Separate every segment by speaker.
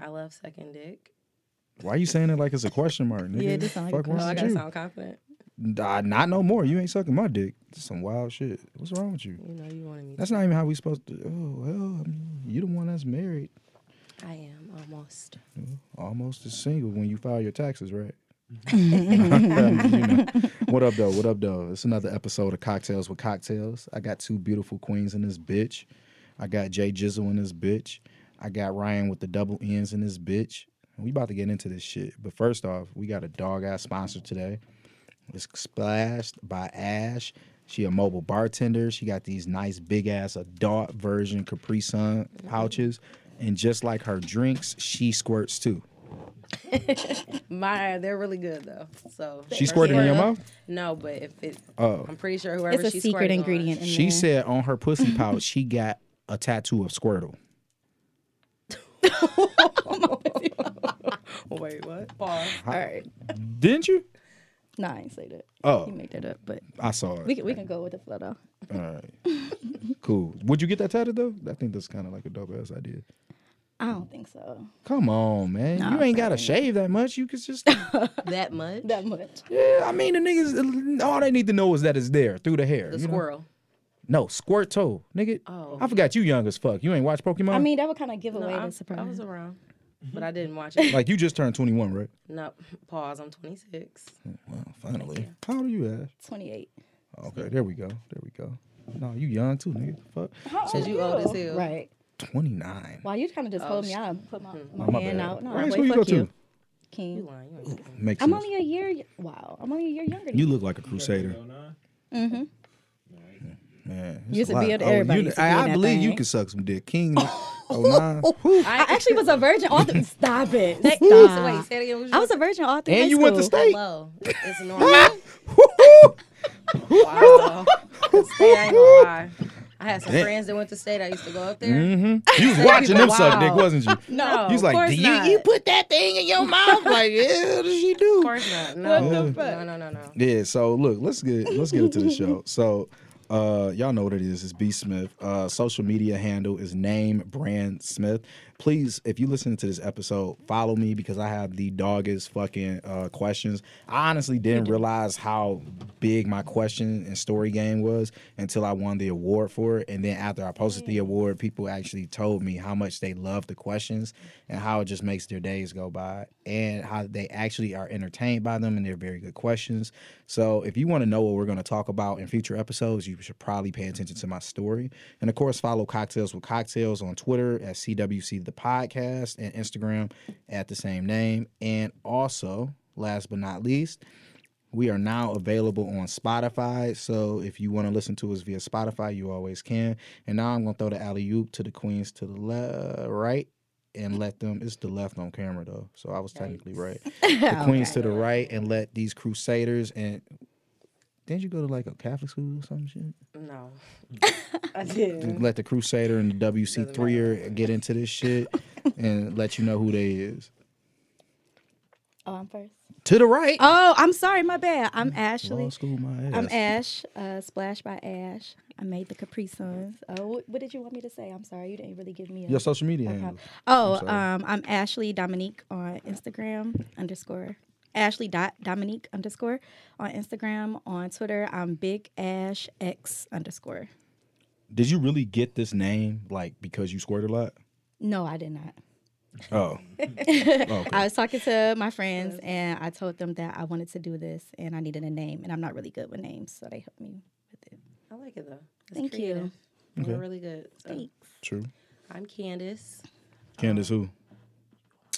Speaker 1: I love sucking dick.
Speaker 2: Why you saying it like it's a question mark, nigga?
Speaker 3: Yeah, it does sound like a
Speaker 2: Fuck
Speaker 3: question
Speaker 1: Oh, I
Speaker 2: wrong
Speaker 1: gotta
Speaker 2: with
Speaker 1: sound confident.
Speaker 2: you? Nah, not no more. You ain't sucking my dick. That's some wild shit. What's wrong with you?
Speaker 1: You know, you wanted me.
Speaker 2: That's not even how we supposed to. Oh well, I mean, you the one that's married,
Speaker 1: to. I am almost.
Speaker 2: almost is single when you file your taxes, right? You know. What up, though? What up, though? It's another episode of Cocktails with Cocktails. I got two beautiful queens in this bitch. I got Jay Jizzle in this bitch. I got Ryan with the double N's in this bitch. And we about to get into this shit. But first off, we got a dog ass sponsor today. It's splashed by Ash. She a mobile bartender. She got these nice big ass adult version Capri Sun
Speaker 3: Mm-hmm.
Speaker 2: pouches. And just like her drinks, she squirts too.
Speaker 1: My, they're really good though. So
Speaker 2: She squirted in your mouth?
Speaker 1: No, but if it,
Speaker 2: Oh.
Speaker 1: I'm pretty sure whoever
Speaker 3: It's a
Speaker 1: she
Speaker 3: secret
Speaker 1: squirted on-
Speaker 3: ingredient in
Speaker 2: She
Speaker 3: there.
Speaker 2: said on her pussy pouch, she got a tattoo of Squirtle.
Speaker 1: Wait, what? Pause.
Speaker 3: All right.
Speaker 2: Didn't you?
Speaker 3: No, I ain't say that.
Speaker 2: Oh.
Speaker 3: You made that up, but
Speaker 2: I saw it.
Speaker 3: we can, we can go with the flow though.
Speaker 2: All right. cool. Would you get that tatted though? I think that's kind of like a dope ass idea.
Speaker 3: I don't think so.
Speaker 2: Come on, man.
Speaker 3: Nah,
Speaker 2: you ain't got to shave that much. You could just.
Speaker 1: That much?
Speaker 3: That much.
Speaker 2: yeah, I mean, the niggas, all they need to know is that it's there through the hair.
Speaker 1: the
Speaker 2: you know?
Speaker 1: squirrel.
Speaker 2: No, Squirtle. Nigga.
Speaker 1: Oh.
Speaker 2: I forgot you young as fuck. You ain't watch Pokemon?
Speaker 3: I mean, that would kind of give
Speaker 1: No,
Speaker 3: away
Speaker 1: I,
Speaker 3: the surprise.
Speaker 1: I was around,
Speaker 2: Mm-hmm.
Speaker 1: but I didn't watch it.
Speaker 2: like you just turned 21, right?
Speaker 1: no, pause. I'm 26.
Speaker 2: Well, finally. How old are you, Ash?
Speaker 3: 28.
Speaker 2: Okay, there we go. There we go. No, you young too, nigga. Fuck.
Speaker 3: How
Speaker 1: Says
Speaker 3: are
Speaker 1: you old as hell. Oh,
Speaker 3: Right.
Speaker 2: 29.
Speaker 3: Wow, you kind of just told me I put my, my,
Speaker 2: Oh, my
Speaker 3: hand
Speaker 2: bad.
Speaker 3: out. No,
Speaker 2: Ryan,
Speaker 3: wait,
Speaker 2: who you
Speaker 3: fuck
Speaker 2: go to?
Speaker 3: you.
Speaker 1: You
Speaker 3: King.
Speaker 1: lying? You ain't lying.
Speaker 2: Makes
Speaker 3: I'm
Speaker 2: sense.
Speaker 3: only a year. y- Wow, I'm only a year younger. than
Speaker 2: You look like a crusader.
Speaker 3: Mhm.
Speaker 2: Man,
Speaker 3: You
Speaker 2: it's
Speaker 3: used
Speaker 2: a
Speaker 3: to be
Speaker 2: lot. Oh,
Speaker 3: able to- everybody
Speaker 2: you-
Speaker 3: used to be
Speaker 2: I,
Speaker 3: in
Speaker 2: I
Speaker 3: that
Speaker 2: believe you
Speaker 3: thing.
Speaker 2: could suck some dick. King, oh nine, whew.
Speaker 3: I actually was a virgin. All th- Stop it.
Speaker 1: That-
Speaker 3: Stop.
Speaker 1: Wait, say it again. What you
Speaker 3: I was a virgin all through
Speaker 2: and
Speaker 3: high
Speaker 2: you went to
Speaker 3: school.
Speaker 2: state.
Speaker 1: Hello. It's normal.
Speaker 2: Whew.
Speaker 1: wow. State, I ain't gonna lie. I had some friends that went to state. I used to go up there.
Speaker 2: You was watching them suck dick,
Speaker 1: Wow.
Speaker 2: wasn't you?
Speaker 1: No,
Speaker 2: you was
Speaker 1: of
Speaker 2: like,
Speaker 1: course
Speaker 2: "Do you,
Speaker 1: not.
Speaker 2: you put that thing in your mouth? Like, yeah, what does she do?
Speaker 1: Of course not. No.
Speaker 3: What
Speaker 2: Mm.
Speaker 3: the
Speaker 1: no,
Speaker 3: fuck?
Speaker 1: no, no, no.
Speaker 2: Yeah, so look, let's get let's get into the show. So uh y'all know what it is. It's B Smith. Uh social media handle is name brand Smith. Please, if you listen to this episode, follow me because I have the doggest fucking uh questions. I honestly didn't realize how big my question and story game was until I won the award for it. And then after I posted the award, people actually told me how much they love the questions and how it just makes their days go by and how they actually are entertained by them and they're very good questions. So if you want to know what we're going to talk about in future episodes, you should probably pay attention to my story. And of course, follow Cocktails with Cocktails on Twitter at CWC the podcast and Instagram at the same name. And also, last but not least, we are now available on Spotify. So if you want to listen to us via Spotify, you always can. And now I'm gonna throw the alley oop to the queens to the left, right, and let them. It's the left on camera though, so I was technically right. The queens to the right, and let these crusaders and. Didn't you go to like a Catholic school or some shit?
Speaker 1: No. I did.
Speaker 3: Mm-hmm.
Speaker 2: Let the Crusader and the WC threer er get into this shit and let you know who they is.
Speaker 3: Oh, I'm first.
Speaker 2: To the right.
Speaker 3: Oh, I'm sorry. My bad. I'm
Speaker 2: Law
Speaker 3: Ashley.
Speaker 2: school, my ass.
Speaker 3: I'm Ash. Uh, Splash by Ash. I made the Capri Suns. Oh, what, what did you want me to say? I'm sorry. You didn't really give me a.
Speaker 2: Your social media handle.
Speaker 3: Oh,
Speaker 2: I'm sorry.
Speaker 3: um, I'm Ashley Dominique on Instagram underscore Ashley dot Dominique underscore on Instagram on Twitter. I'm Big Ash X underscore.
Speaker 2: Did you really get this name like because you squirted a lot?
Speaker 3: No, I did not.
Speaker 2: Oh.
Speaker 3: I was talking to my friends and I told them that I wanted to do this and I needed a name and I'm not really good with names, so they helped me with it.
Speaker 1: I like it though. It's
Speaker 3: Thank you.
Speaker 1: creative. you. They're really good. So,
Speaker 3: Thanks.
Speaker 2: True.
Speaker 1: I'm Candace.
Speaker 2: Candace who?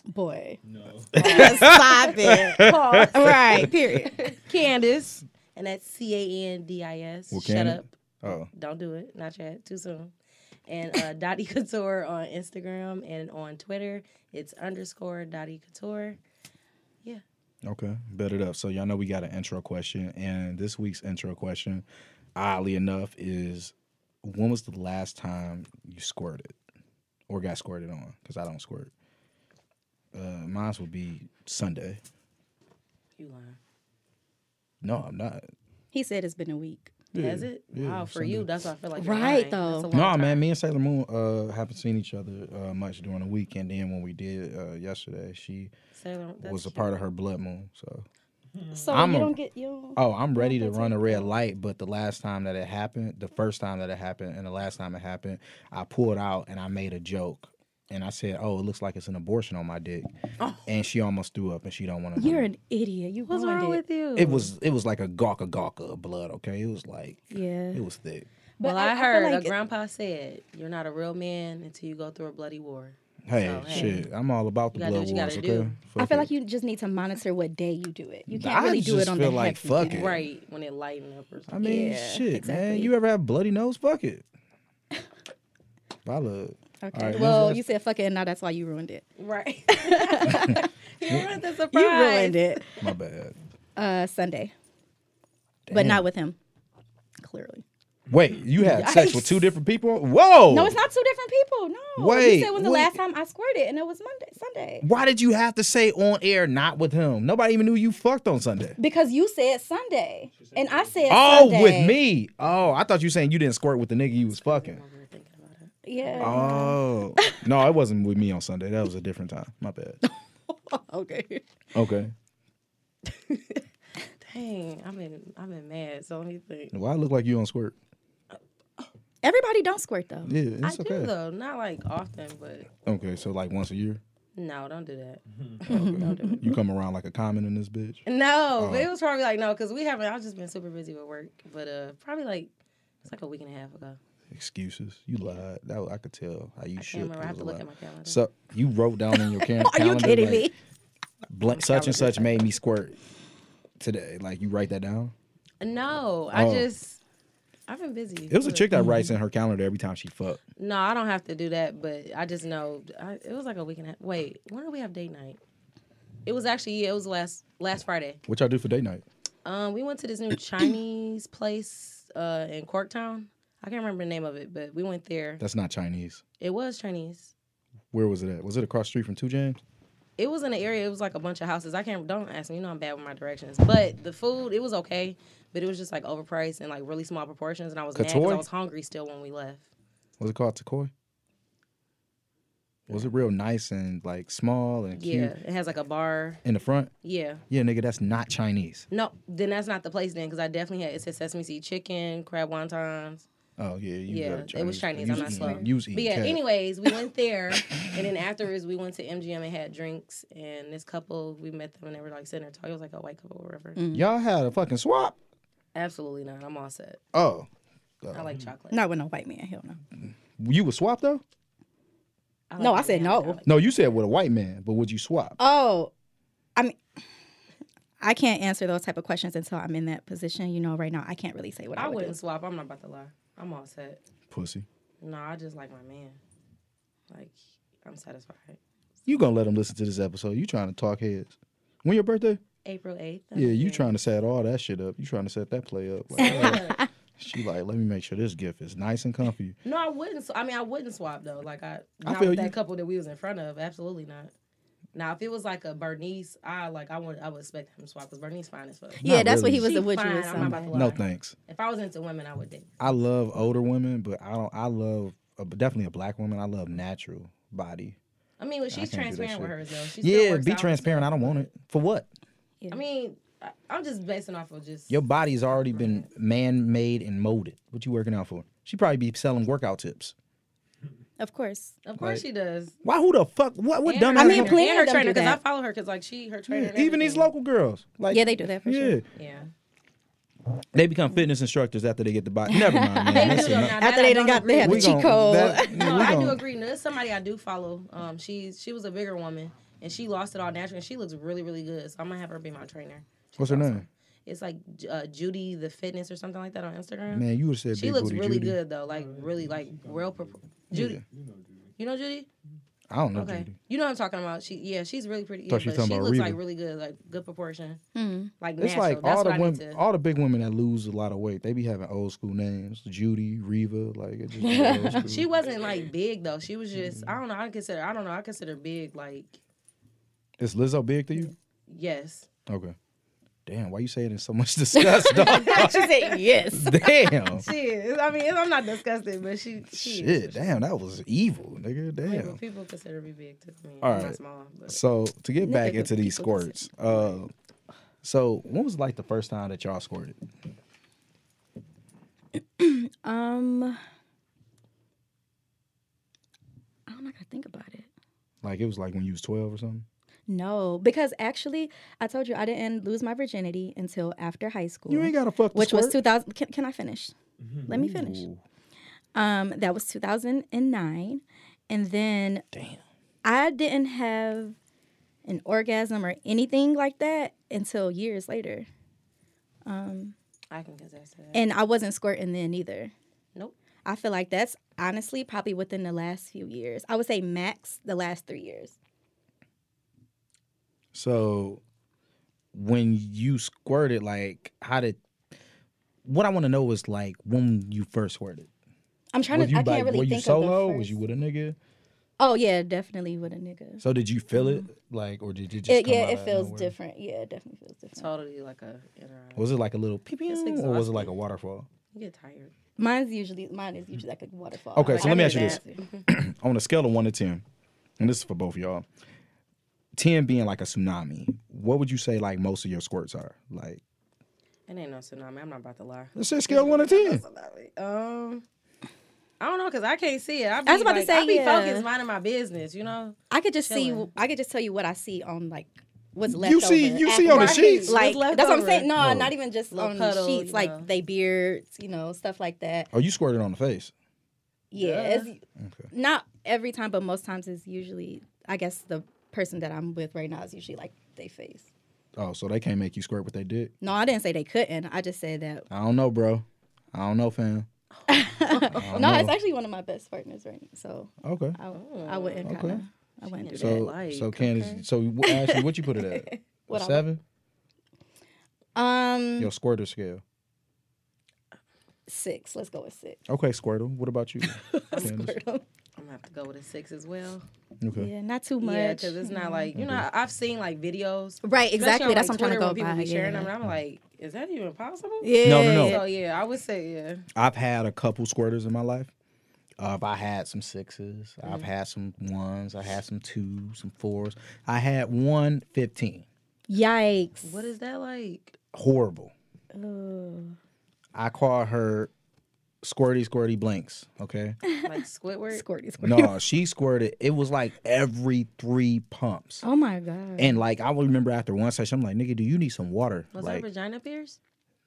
Speaker 3: Boy.
Speaker 4: No.
Speaker 3: Stop it. right, period.
Speaker 1: Candace. And that's C A N D I S.
Speaker 2: Well,
Speaker 1: Shut
Speaker 2: Candace-
Speaker 1: up.
Speaker 2: Oh.
Speaker 1: Don't do it. Not yet. Too soon. And uh, Dottie Couture on Instagram and on Twitter. It's underscore Dottie Couture. Yeah.
Speaker 2: Okay, bet it up. So y'all know we got an intro question, and this week's intro question, oddly enough, is when was the last time you squirted or got squirted on? Because I don't squirt. Uh, mine would be Sunday.
Speaker 1: You lying.
Speaker 2: No, I'm not.
Speaker 3: He said it's been a week.
Speaker 2: Yeah,
Speaker 1: Has it?
Speaker 2: yeah,
Speaker 1: wow, for
Speaker 2: someday.
Speaker 1: you, that's what I feel like.
Speaker 3: Right, though.
Speaker 2: No, man, me and Sailor Moon uh, haven't seen each other uh, much during the week, and then when we did uh, yesterday, she was a part of her blood moon. So,
Speaker 3: So
Speaker 2: I'm
Speaker 3: you
Speaker 2: a-
Speaker 3: don't get you. Don't,
Speaker 2: oh, I'm ready to run a red light, but the last time that it happened, the first time that it happened, and the last time it happened, I pulled out and I made a joke, and I said, "Oh, it looks like it's an abortion on my dick,"
Speaker 1: Oh.
Speaker 2: and she almost threw up, and she don't want to.
Speaker 3: You're an idiot. You
Speaker 1: What's
Speaker 3: ruined
Speaker 1: wrong
Speaker 3: it.
Speaker 1: with you?
Speaker 2: It was it was like a gawka gawka of blood. Okay, it was like
Speaker 3: Yeah.
Speaker 2: it was thick.
Speaker 1: Well,
Speaker 3: But
Speaker 1: I,
Speaker 3: I- I feel
Speaker 1: heard a
Speaker 3: like it-
Speaker 1: grandpa said, "You're not a real man until you go through a bloody war."
Speaker 2: Hey,
Speaker 1: So, hey.
Speaker 2: shit, I'm all about the
Speaker 1: You gotta do
Speaker 2: blood
Speaker 1: what you
Speaker 2: wars.
Speaker 1: gotta
Speaker 2: Okay,
Speaker 1: do.
Speaker 3: I feel
Speaker 2: it.
Speaker 3: like you just need to monitor what day you do it. You can't
Speaker 2: I
Speaker 3: really do
Speaker 2: just
Speaker 3: it on
Speaker 2: feel
Speaker 3: the
Speaker 2: like,
Speaker 3: hefty
Speaker 2: fuck
Speaker 3: day.
Speaker 2: it.
Speaker 1: Right when it lighten up or
Speaker 2: I
Speaker 1: something.
Speaker 2: mean,
Speaker 3: Yeah,
Speaker 2: shit, man.
Speaker 3: exactly.
Speaker 2: You ever have bloody nose? Fuck it. I look.
Speaker 3: Okay.
Speaker 2: All right,
Speaker 3: well,
Speaker 2: let's-
Speaker 3: you said fuck it, and now that's why you ruined it.
Speaker 1: Right. you ruined the surprise.
Speaker 3: You ruined it.
Speaker 2: My bad.
Speaker 3: Uh, Sunday, but
Speaker 2: Damn.
Speaker 3: not with him. Clearly.
Speaker 2: Wait, you had sex with two different people? Whoa.
Speaker 3: No, it's not two different people. No.
Speaker 2: Oh. Wait,
Speaker 3: You said when the
Speaker 2: wait.
Speaker 3: last time I squirted, and it was Monday, Sunday.
Speaker 2: Why did you have to say on air not with him? Nobody even knew you fucked on Sunday.
Speaker 3: Because you said Sunday, and I said
Speaker 2: Oh,
Speaker 3: Sunday.
Speaker 2: with me. Oh, I thought you were saying you didn't squirt with the nigga you was fucking.
Speaker 1: We were thinking about it.
Speaker 3: Yeah.
Speaker 2: Oh. no, it wasn't with me on Sunday. That was a different time. My bad. Oh.
Speaker 3: okay.
Speaker 2: Okay.
Speaker 1: Dang, I've been I've been mad. So let me think.
Speaker 2: Why I look like you on squirt?
Speaker 3: Everybody don't squirt though.
Speaker 2: Yeah, it's
Speaker 1: I
Speaker 2: okay.
Speaker 1: do though, not like often, but
Speaker 2: Okay, so like once a year,
Speaker 1: no, don't do that.
Speaker 2: Mm-hmm. you come around like a common in this bitch.
Speaker 1: No,
Speaker 2: Oh.
Speaker 1: but it was probably like no, because we haven't. I've just been super busy with work, but uh, probably like it's like a week and a half ago.
Speaker 2: Excuses. You lied. That was- I could tell how you shook.
Speaker 1: Camera, I
Speaker 2: It
Speaker 1: have
Speaker 2: was
Speaker 1: to
Speaker 2: a
Speaker 1: look
Speaker 2: lie.
Speaker 1: at my calendar.
Speaker 2: So you wrote down in your cam-
Speaker 3: Are you
Speaker 2: calendar.
Speaker 3: kidding
Speaker 2: like,
Speaker 3: me?
Speaker 2: bl- such and such made me squirt today. Like you write that down.
Speaker 1: no, I
Speaker 2: Oh.
Speaker 1: just I've been busy.
Speaker 2: It was a chick that writes
Speaker 1: Mm-hmm.
Speaker 2: in her calendar every time she fuck.
Speaker 1: No, I don't have to do that, but I just know I, it was like a week and a half. Wait, when did we have date night? It was actually yeah, it was last last Friday.
Speaker 2: What y'all do for date night?
Speaker 1: Um, we went to this new Chinese place uh in Corktown. I can't remember the name of it, but we went there.
Speaker 2: That's not Chinese.
Speaker 1: It was Chinese.
Speaker 2: Where was it at? Was it across the street from Two James?
Speaker 1: it was in the area. It was like a bunch of houses. I can't. Don't ask me. You know I'm bad with my directions. But the food, it was okay, but it was just like overpriced and like really small proportions. And I was mad 'cause
Speaker 2: Katoy?
Speaker 1: I was hungry still when we left.
Speaker 2: Was it called Takoi? Was it real nice and like small and
Speaker 1: Yeah,
Speaker 2: cute
Speaker 1: it has like a bar.
Speaker 2: in the front?
Speaker 1: Yeah.
Speaker 2: Yeah, nigga, that's not Chinese.
Speaker 1: No, then that's not the place then, because I definitely had it said sesame seed chicken, crab wontons.
Speaker 2: Oh yeah, you
Speaker 1: Yeah,
Speaker 2: got
Speaker 1: it was Chinese.
Speaker 2: You
Speaker 1: I'm not
Speaker 2: was
Speaker 1: slow.
Speaker 2: eating- You was
Speaker 1: But
Speaker 2: eating
Speaker 1: yeah,
Speaker 2: cat.
Speaker 1: anyways, we went there, and then afterwards we went to MGM and had drinks. And this couple, we met them, and they were like sitting there talking. It was like a white couple or whatever.
Speaker 3: Mm.
Speaker 2: Y'all had a fucking swap.
Speaker 1: Absolutely not. I'm all set.
Speaker 2: Oh,
Speaker 1: I like chocolate.
Speaker 3: Not with no white man. Hell no.
Speaker 2: you would swap though?
Speaker 1: like
Speaker 3: No, I
Speaker 1: banana,
Speaker 3: said no.
Speaker 1: like
Speaker 2: No, you said with a white man, but would you swap?
Speaker 3: Oh, I mean, I can't answer those type of questions until I'm in that position. You know, right now I can't really say what I,
Speaker 1: I
Speaker 3: would.
Speaker 1: wouldn't
Speaker 3: Do.
Speaker 1: swap. I'm not about to lie. I'm all set.
Speaker 2: Pussy.
Speaker 1: No, I just like my man. Like I'm satisfied.
Speaker 2: You gonna let him listen to this episode? You trying to talk heads? When your birthday?
Speaker 1: April eighth.
Speaker 2: Yeah, you trying to set all that shit up. You trying to set that play up. Like, alright. she like, let me make sure this gift is nice and comfy.
Speaker 1: No, I wouldn't. sw- I mean, I wouldn't swap though. Like I, not
Speaker 2: feel
Speaker 1: with
Speaker 2: you.
Speaker 1: that couple that we was in front of. Absolutely not. Now, if it was like a Bernice, I like I would I would expect him to swap because Bernice fine as fuck.
Speaker 3: Yeah,
Speaker 2: Not
Speaker 3: that's what
Speaker 2: really.
Speaker 3: he was.
Speaker 1: She
Speaker 3: The would you
Speaker 1: fine,
Speaker 3: with
Speaker 1: I'm not about
Speaker 3: somebody.
Speaker 1: to lie.
Speaker 2: No thanks.
Speaker 1: If I was into women, I would date.
Speaker 2: I love older women, but I don't. I love uh, definitely a black woman. I love natural body.
Speaker 1: I mean, well, she's
Speaker 2: can't do that
Speaker 1: transparent with hers though. She still
Speaker 2: yeah,
Speaker 1: works
Speaker 2: be
Speaker 1: out.
Speaker 2: transparent. I don't want it for what.
Speaker 1: I mean, I, I'm just basing off of just.
Speaker 2: Your body's already been man-made and molded. What you working out for? She probably be selling workout tips.
Speaker 3: Of course.
Speaker 1: Of course, she does.
Speaker 2: Why? Who the fuck? What? What
Speaker 1: And
Speaker 2: dumb?
Speaker 1: her-
Speaker 3: I mean,
Speaker 1: and her-
Speaker 3: plenty
Speaker 1: and her
Speaker 3: of them
Speaker 1: trainer
Speaker 3: do
Speaker 1: because I
Speaker 3: that.
Speaker 1: follow her because like she her trainer.
Speaker 2: Yeah,
Speaker 1: and
Speaker 2: even these
Speaker 1: everything.
Speaker 2: local girls. Like
Speaker 3: Yeah, they do that for
Speaker 2: yeah.
Speaker 3: sure.
Speaker 1: Yeah.
Speaker 2: They become fitness instructors after they get the body. Never mind, man.
Speaker 1: They do,
Speaker 2: Listen,
Speaker 1: though.
Speaker 2: man.
Speaker 1: Now, that
Speaker 3: After
Speaker 1: I
Speaker 3: they done
Speaker 1: don't
Speaker 3: got they had
Speaker 1: agree
Speaker 3: the
Speaker 2: We gon-
Speaker 3: cheat code.
Speaker 2: that- we
Speaker 1: No, I do
Speaker 2: gon-
Speaker 1: agree. No, There's somebody I do follow. Um, she she was a bigger woman and she lost it all natural and she looks really really good. So I'm gonna have her be my trainer. She's
Speaker 2: What's her
Speaker 1: awesome.
Speaker 2: name?
Speaker 1: It's like uh, Judy the Fitness or something like that on Instagram.
Speaker 2: Man, you would have said
Speaker 1: she
Speaker 2: big
Speaker 1: looks
Speaker 2: booty
Speaker 1: really
Speaker 2: Judy.
Speaker 1: good though, like really like real. Pro- Judy, you know Judy?
Speaker 2: I don't know
Speaker 1: Okay,
Speaker 2: Judy.
Speaker 1: you know what I'm talking about. She yeah, she's really pretty. Yeah,
Speaker 2: Thought you
Speaker 1: but
Speaker 2: talking
Speaker 1: she
Speaker 2: about
Speaker 1: looks like
Speaker 2: Reba.
Speaker 1: really good, like good proportion,
Speaker 3: Mhm.
Speaker 1: like
Speaker 2: It's
Speaker 1: natural.
Speaker 2: like
Speaker 1: That's
Speaker 2: all the
Speaker 1: what I need
Speaker 2: women,
Speaker 1: to.
Speaker 2: all the big women that lose a lot of weight, they be having old school names, Judy, Reva, like it just. be old school.
Speaker 1: She wasn't like big though. She was just I don't know. I consider I don't know. I consider big like
Speaker 2: Is Lizzo big to you?
Speaker 1: yes.
Speaker 2: Okay. Damn, why you saying it in so much disgust, dog?
Speaker 3: she said yes.
Speaker 2: damn.
Speaker 1: She is. I mean, I'm not disgusted, but she. she is.
Speaker 2: Shit, damn, that was evil, nigga.
Speaker 1: People-
Speaker 2: Damn.
Speaker 1: People consider me big too. I mean,
Speaker 2: All
Speaker 1: I'm
Speaker 2: right.
Speaker 1: not small, but
Speaker 2: So to get back
Speaker 1: Nigga,
Speaker 2: into these
Speaker 1: people
Speaker 2: squirts, uh, so when was like the first time that y'all squirted?
Speaker 3: Um, I don't know. I gotta think about it.
Speaker 2: Like it was like when you was twelve or something.
Speaker 3: No, because actually, I told you I didn't lose my virginity until after high school,
Speaker 2: You ain't gotta fuck. the
Speaker 3: which was
Speaker 2: squirt.
Speaker 3: 2000. Can, can I finish? Let me finish.
Speaker 2: Mm-hmm. Ooh,
Speaker 3: Um, that was 2009, and then
Speaker 2: damn.
Speaker 3: I didn't have an orgasm or anything like that until years later, Um,
Speaker 1: I can confess to that.
Speaker 3: and I wasn't squirting then either.
Speaker 1: Nope.
Speaker 3: I feel like that's honestly probably within the last few years. I would say max the last three years.
Speaker 2: So when you squirted, like how did? What I want to know is like when you first squirted.
Speaker 3: I'm trying
Speaker 2: Were
Speaker 3: to.
Speaker 2: you
Speaker 3: I can't
Speaker 2: like
Speaker 3: really
Speaker 2: were you
Speaker 3: think
Speaker 2: solo?
Speaker 3: of the
Speaker 2: Was
Speaker 3: first.
Speaker 2: you with a nigga?
Speaker 3: oh yeah, definitely with a nigga.
Speaker 2: So did you feel it like, or did you just?
Speaker 3: Mm-hmm. It,
Speaker 2: come
Speaker 3: yeah,
Speaker 2: out
Speaker 3: it
Speaker 2: of
Speaker 3: feels
Speaker 2: nowhere?
Speaker 3: different. Yeah, it definitely feels different.
Speaker 1: Totally like a. Interact.
Speaker 2: Was it like a little pee pee,
Speaker 1: It's
Speaker 2: or was it like
Speaker 1: exhausting.
Speaker 2: a waterfall?
Speaker 1: You get tired.
Speaker 3: Mine's usually mine is usually like a waterfall.
Speaker 2: Okay,
Speaker 3: Like,
Speaker 2: so
Speaker 1: I
Speaker 2: let me
Speaker 1: need
Speaker 2: ask you
Speaker 1: an
Speaker 2: this.
Speaker 1: answer.
Speaker 2: on a scale of one to ten, and this is for both of y'all, ten being like a tsunami, what would you say like most of your squirts are? Like
Speaker 1: It ain't no tsunami. I'm not about to lie.
Speaker 2: let's say scale of one to ten.
Speaker 1: Um, I don't know because I can't see it. I, be,
Speaker 3: was about to
Speaker 1: like,
Speaker 3: say,
Speaker 1: I be
Speaker 3: yeah.
Speaker 1: focused, minding my business. You know,
Speaker 3: I could just see.
Speaker 1: Chilling.
Speaker 3: I could just tell you what I see on like what's left.
Speaker 2: You see-
Speaker 3: over
Speaker 2: you see on the
Speaker 3: after-
Speaker 2: sheets.
Speaker 3: Like
Speaker 1: What's left
Speaker 3: that's what I'm
Speaker 1: over.
Speaker 3: saying. No,
Speaker 2: Oh.
Speaker 3: not even just
Speaker 1: Little
Speaker 3: on
Speaker 1: puddle,
Speaker 3: the sheets.
Speaker 1: you
Speaker 3: Like
Speaker 1: know.
Speaker 3: they beards, you know, stuff like that.
Speaker 2: Oh, you squirted on the face.
Speaker 3: Yeah,
Speaker 1: Duh.
Speaker 3: it's
Speaker 2: Okay.
Speaker 3: not every time, but most times it's usually. I guess the person that I'm with right now is usually like they face.
Speaker 2: Oh, so they can't make you squirt with their dick.
Speaker 3: No, I didn't say they couldn't. I just said that.
Speaker 2: I don't know, bro. I don't know, fam.
Speaker 3: no, it's actually one of my best partners right now. So
Speaker 2: Okay.
Speaker 3: I, I wouldn't
Speaker 2: Okay.
Speaker 3: kind of. I wouldn't do
Speaker 1: She
Speaker 2: Oh. So,
Speaker 1: Yeah, like,
Speaker 2: so Candace, so wh- Ashley, what you put it at?
Speaker 3: What I-
Speaker 2: Seven?
Speaker 3: that. Um,
Speaker 2: Your squirter scale.
Speaker 3: six. Let's go with six.
Speaker 2: Okay, Squirtle. What about you? Candace?
Speaker 3: Squirtle.
Speaker 1: I'm gonna have to go with a six as well.
Speaker 2: Okay.
Speaker 3: Yeah, not
Speaker 1: Yeah,
Speaker 3: too
Speaker 1: 'cause
Speaker 3: much.
Speaker 1: Yeah, because it's not like you know.
Speaker 2: Mm-hmm.
Speaker 1: I- I've seen like videos.
Speaker 3: Right,
Speaker 1: especially
Speaker 3: exactly.
Speaker 1: on, like,
Speaker 3: That's what I'm trying to
Speaker 1: Twitter
Speaker 3: go
Speaker 1: when people
Speaker 3: by.
Speaker 1: be sharing
Speaker 3: yeah.
Speaker 1: them, and I'm like, is that even possible?
Speaker 3: yeah.
Speaker 2: No, no, no.
Speaker 1: So yeah, I would say yeah.
Speaker 2: I've had a couple squirters in my life. Uh, I had some 6s i I've
Speaker 3: Mm.
Speaker 2: had some ones. I had some twos, some fours. I had one 15.
Speaker 3: Yikes.
Speaker 1: What is that like?
Speaker 2: Horrible.
Speaker 3: Ugh.
Speaker 2: I call her squirty, squirty blinks. Okay.
Speaker 1: Like Squidward?
Speaker 3: Squirty, squirty.
Speaker 2: no, she squirted. It was like every three pumps.
Speaker 3: Oh my god.
Speaker 2: And like I would remember after one session, I'm like, nigga, do you need some water?
Speaker 1: Was
Speaker 2: like,
Speaker 1: her vagina pierced?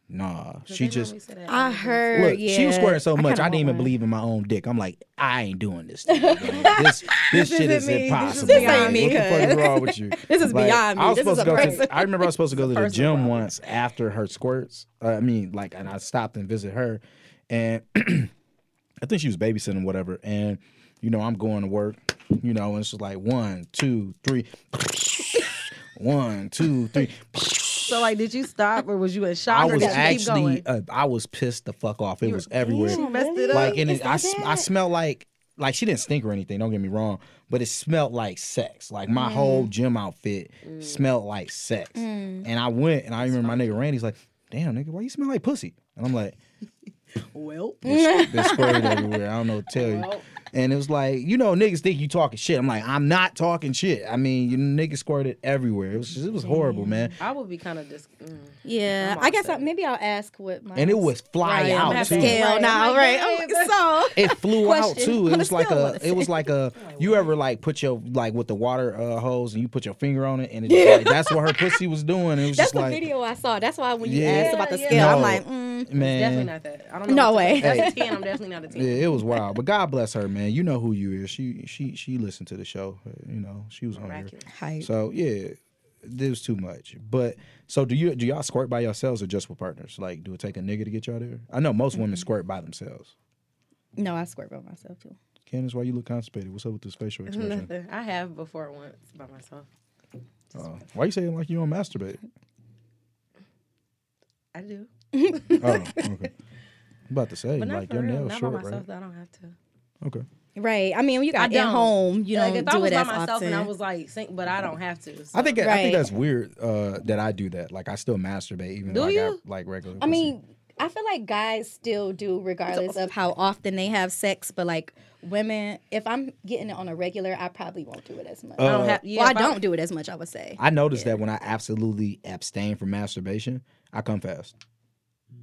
Speaker 2: nah.
Speaker 1: 'Cause
Speaker 2: She
Speaker 1: they
Speaker 2: just
Speaker 1: normally say that.
Speaker 3: I
Speaker 1: Like,
Speaker 3: heard.
Speaker 2: Look,
Speaker 3: yeah.
Speaker 2: she was squirting so much,
Speaker 3: kinda
Speaker 2: I, didn't even
Speaker 3: want one.
Speaker 2: believe in my own dick. I'm like, I ain't doing this. thing, man. this this shit
Speaker 1: isn't
Speaker 2: is
Speaker 1: me. This is
Speaker 2: impossible.
Speaker 1: beyond
Speaker 2: Like,
Speaker 3: me,
Speaker 2: What the fuck is
Speaker 3: cuz.
Speaker 2: wrong with you?
Speaker 3: This is beyond me.
Speaker 2: I was
Speaker 3: This
Speaker 2: supposed
Speaker 3: is
Speaker 2: to
Speaker 3: a
Speaker 2: go to.
Speaker 3: person.
Speaker 2: I remember I was supposed to go to the
Speaker 1: personal
Speaker 2: gym
Speaker 1: problem.
Speaker 2: once after her squirts. Uh, I mean, like, and I stopped and visit her, and I think she was babysitting, whatever. And you know, I'm going to work. You know, and it's just like one, two, three. One, two, three.
Speaker 1: So like, did you stop or was you in shock?
Speaker 2: I
Speaker 1: or
Speaker 2: was
Speaker 1: did you
Speaker 2: actually,
Speaker 1: keep going?
Speaker 2: uh, I was pissed the fuck off. It was everywhere
Speaker 1: She messed it up.
Speaker 2: like and
Speaker 3: It's
Speaker 2: it, I,
Speaker 3: that
Speaker 2: sm- I
Speaker 3: bad?
Speaker 2: smelled like like she didn't stink or anything don't get me wrong but it smelled like sex like
Speaker 1: Mm-hmm.
Speaker 2: my whole gym outfit
Speaker 1: Mm.
Speaker 2: smelled like sex and i went and i remember my nigga randy's like damn nigga why you smell like pussy and i'm like
Speaker 1: well,
Speaker 2: this, this squirted everywhere. I don't know what to tell you.
Speaker 1: Well.
Speaker 2: And it was like, you know, niggas think you talking shit. I'm like, I'm not talking shit. I mean, you niggas squirted everywhere. It was just, it was horrible, man.
Speaker 1: I would be kind of dis. Mm.
Speaker 3: Yeah.
Speaker 1: I'm
Speaker 3: I guess I,
Speaker 1: upset.
Speaker 3: maybe I'll ask what my.
Speaker 2: And it was fly
Speaker 1: Right, I'm
Speaker 2: out
Speaker 1: happy.
Speaker 2: too.
Speaker 1: Scale.
Speaker 3: Hell
Speaker 1: Right,
Speaker 3: no,
Speaker 1: I'm like,
Speaker 3: right?
Speaker 1: babe.
Speaker 3: I'm- so.
Speaker 2: It flew out
Speaker 3: Question.
Speaker 2: too. It
Speaker 3: I
Speaker 2: was like
Speaker 3: still
Speaker 2: a.
Speaker 3: wanna
Speaker 2: It was like a. You ever like put your like with the water uh, hose and you put your finger on it and it's like, that's what her pussy was doing. It was
Speaker 3: That's
Speaker 2: just
Speaker 3: the
Speaker 2: like
Speaker 3: video I saw. That's why when you
Speaker 2: Yeah.
Speaker 3: asked about the
Speaker 1: Yeah,
Speaker 3: scale,
Speaker 2: No.
Speaker 3: I'm like, mm.
Speaker 2: man.
Speaker 1: Definitely not that. I don't know.
Speaker 3: No
Speaker 1: what to-
Speaker 3: way.
Speaker 1: That's a ten. I'm definitely not a ten.
Speaker 2: Yeah, it was wild. But God bless her, man. You know who you is. She she she listened to the show. Uh, You know she was on here.
Speaker 1: Miraculous.
Speaker 3: Hype.
Speaker 2: So yeah, there was too much. But so do you do y'all squirt by yourselves or just with partners? Like do it take a nigga to get y'all there? I know most
Speaker 3: Mm-hmm.
Speaker 2: women squirt by themselves.
Speaker 3: No, I squirt by myself too.
Speaker 2: Candace, why you look constipated? What's up with this facial expression?
Speaker 1: Nothing. I have before once by myself.
Speaker 2: Uh, why you saying like you don't masturbate?
Speaker 1: I do,
Speaker 2: Oh, okay. I'm about to say,
Speaker 1: but not
Speaker 2: like
Speaker 1: for
Speaker 2: your
Speaker 1: real.
Speaker 2: nails
Speaker 1: Not by
Speaker 2: short,
Speaker 1: myself.
Speaker 2: right?
Speaker 1: though. I don't have to.
Speaker 2: Okay.
Speaker 3: Right. I mean, when you
Speaker 1: I
Speaker 3: got at
Speaker 1: don't.
Speaker 3: home, you
Speaker 1: like
Speaker 3: don't
Speaker 1: if
Speaker 3: do
Speaker 1: I was
Speaker 3: it
Speaker 1: by
Speaker 3: as
Speaker 1: myself
Speaker 3: often.
Speaker 1: and I was like, sing, but I don't have to. so.
Speaker 2: I think I
Speaker 3: Right.
Speaker 2: think that's weird uh, that I do that. Like I still masturbate even
Speaker 1: Do
Speaker 2: though I
Speaker 1: you?
Speaker 2: got like regular.
Speaker 3: I mean, I feel like guys still do, regardless of how often they have sex. But like women, if I'm getting it on a regular, I probably won't do it as much.
Speaker 1: I don't have. Yeah,
Speaker 3: well, I
Speaker 1: if
Speaker 3: don't do it as much. I would say.
Speaker 2: Uh, I noticed that when I absolutely abstain from masturbation, I come fast.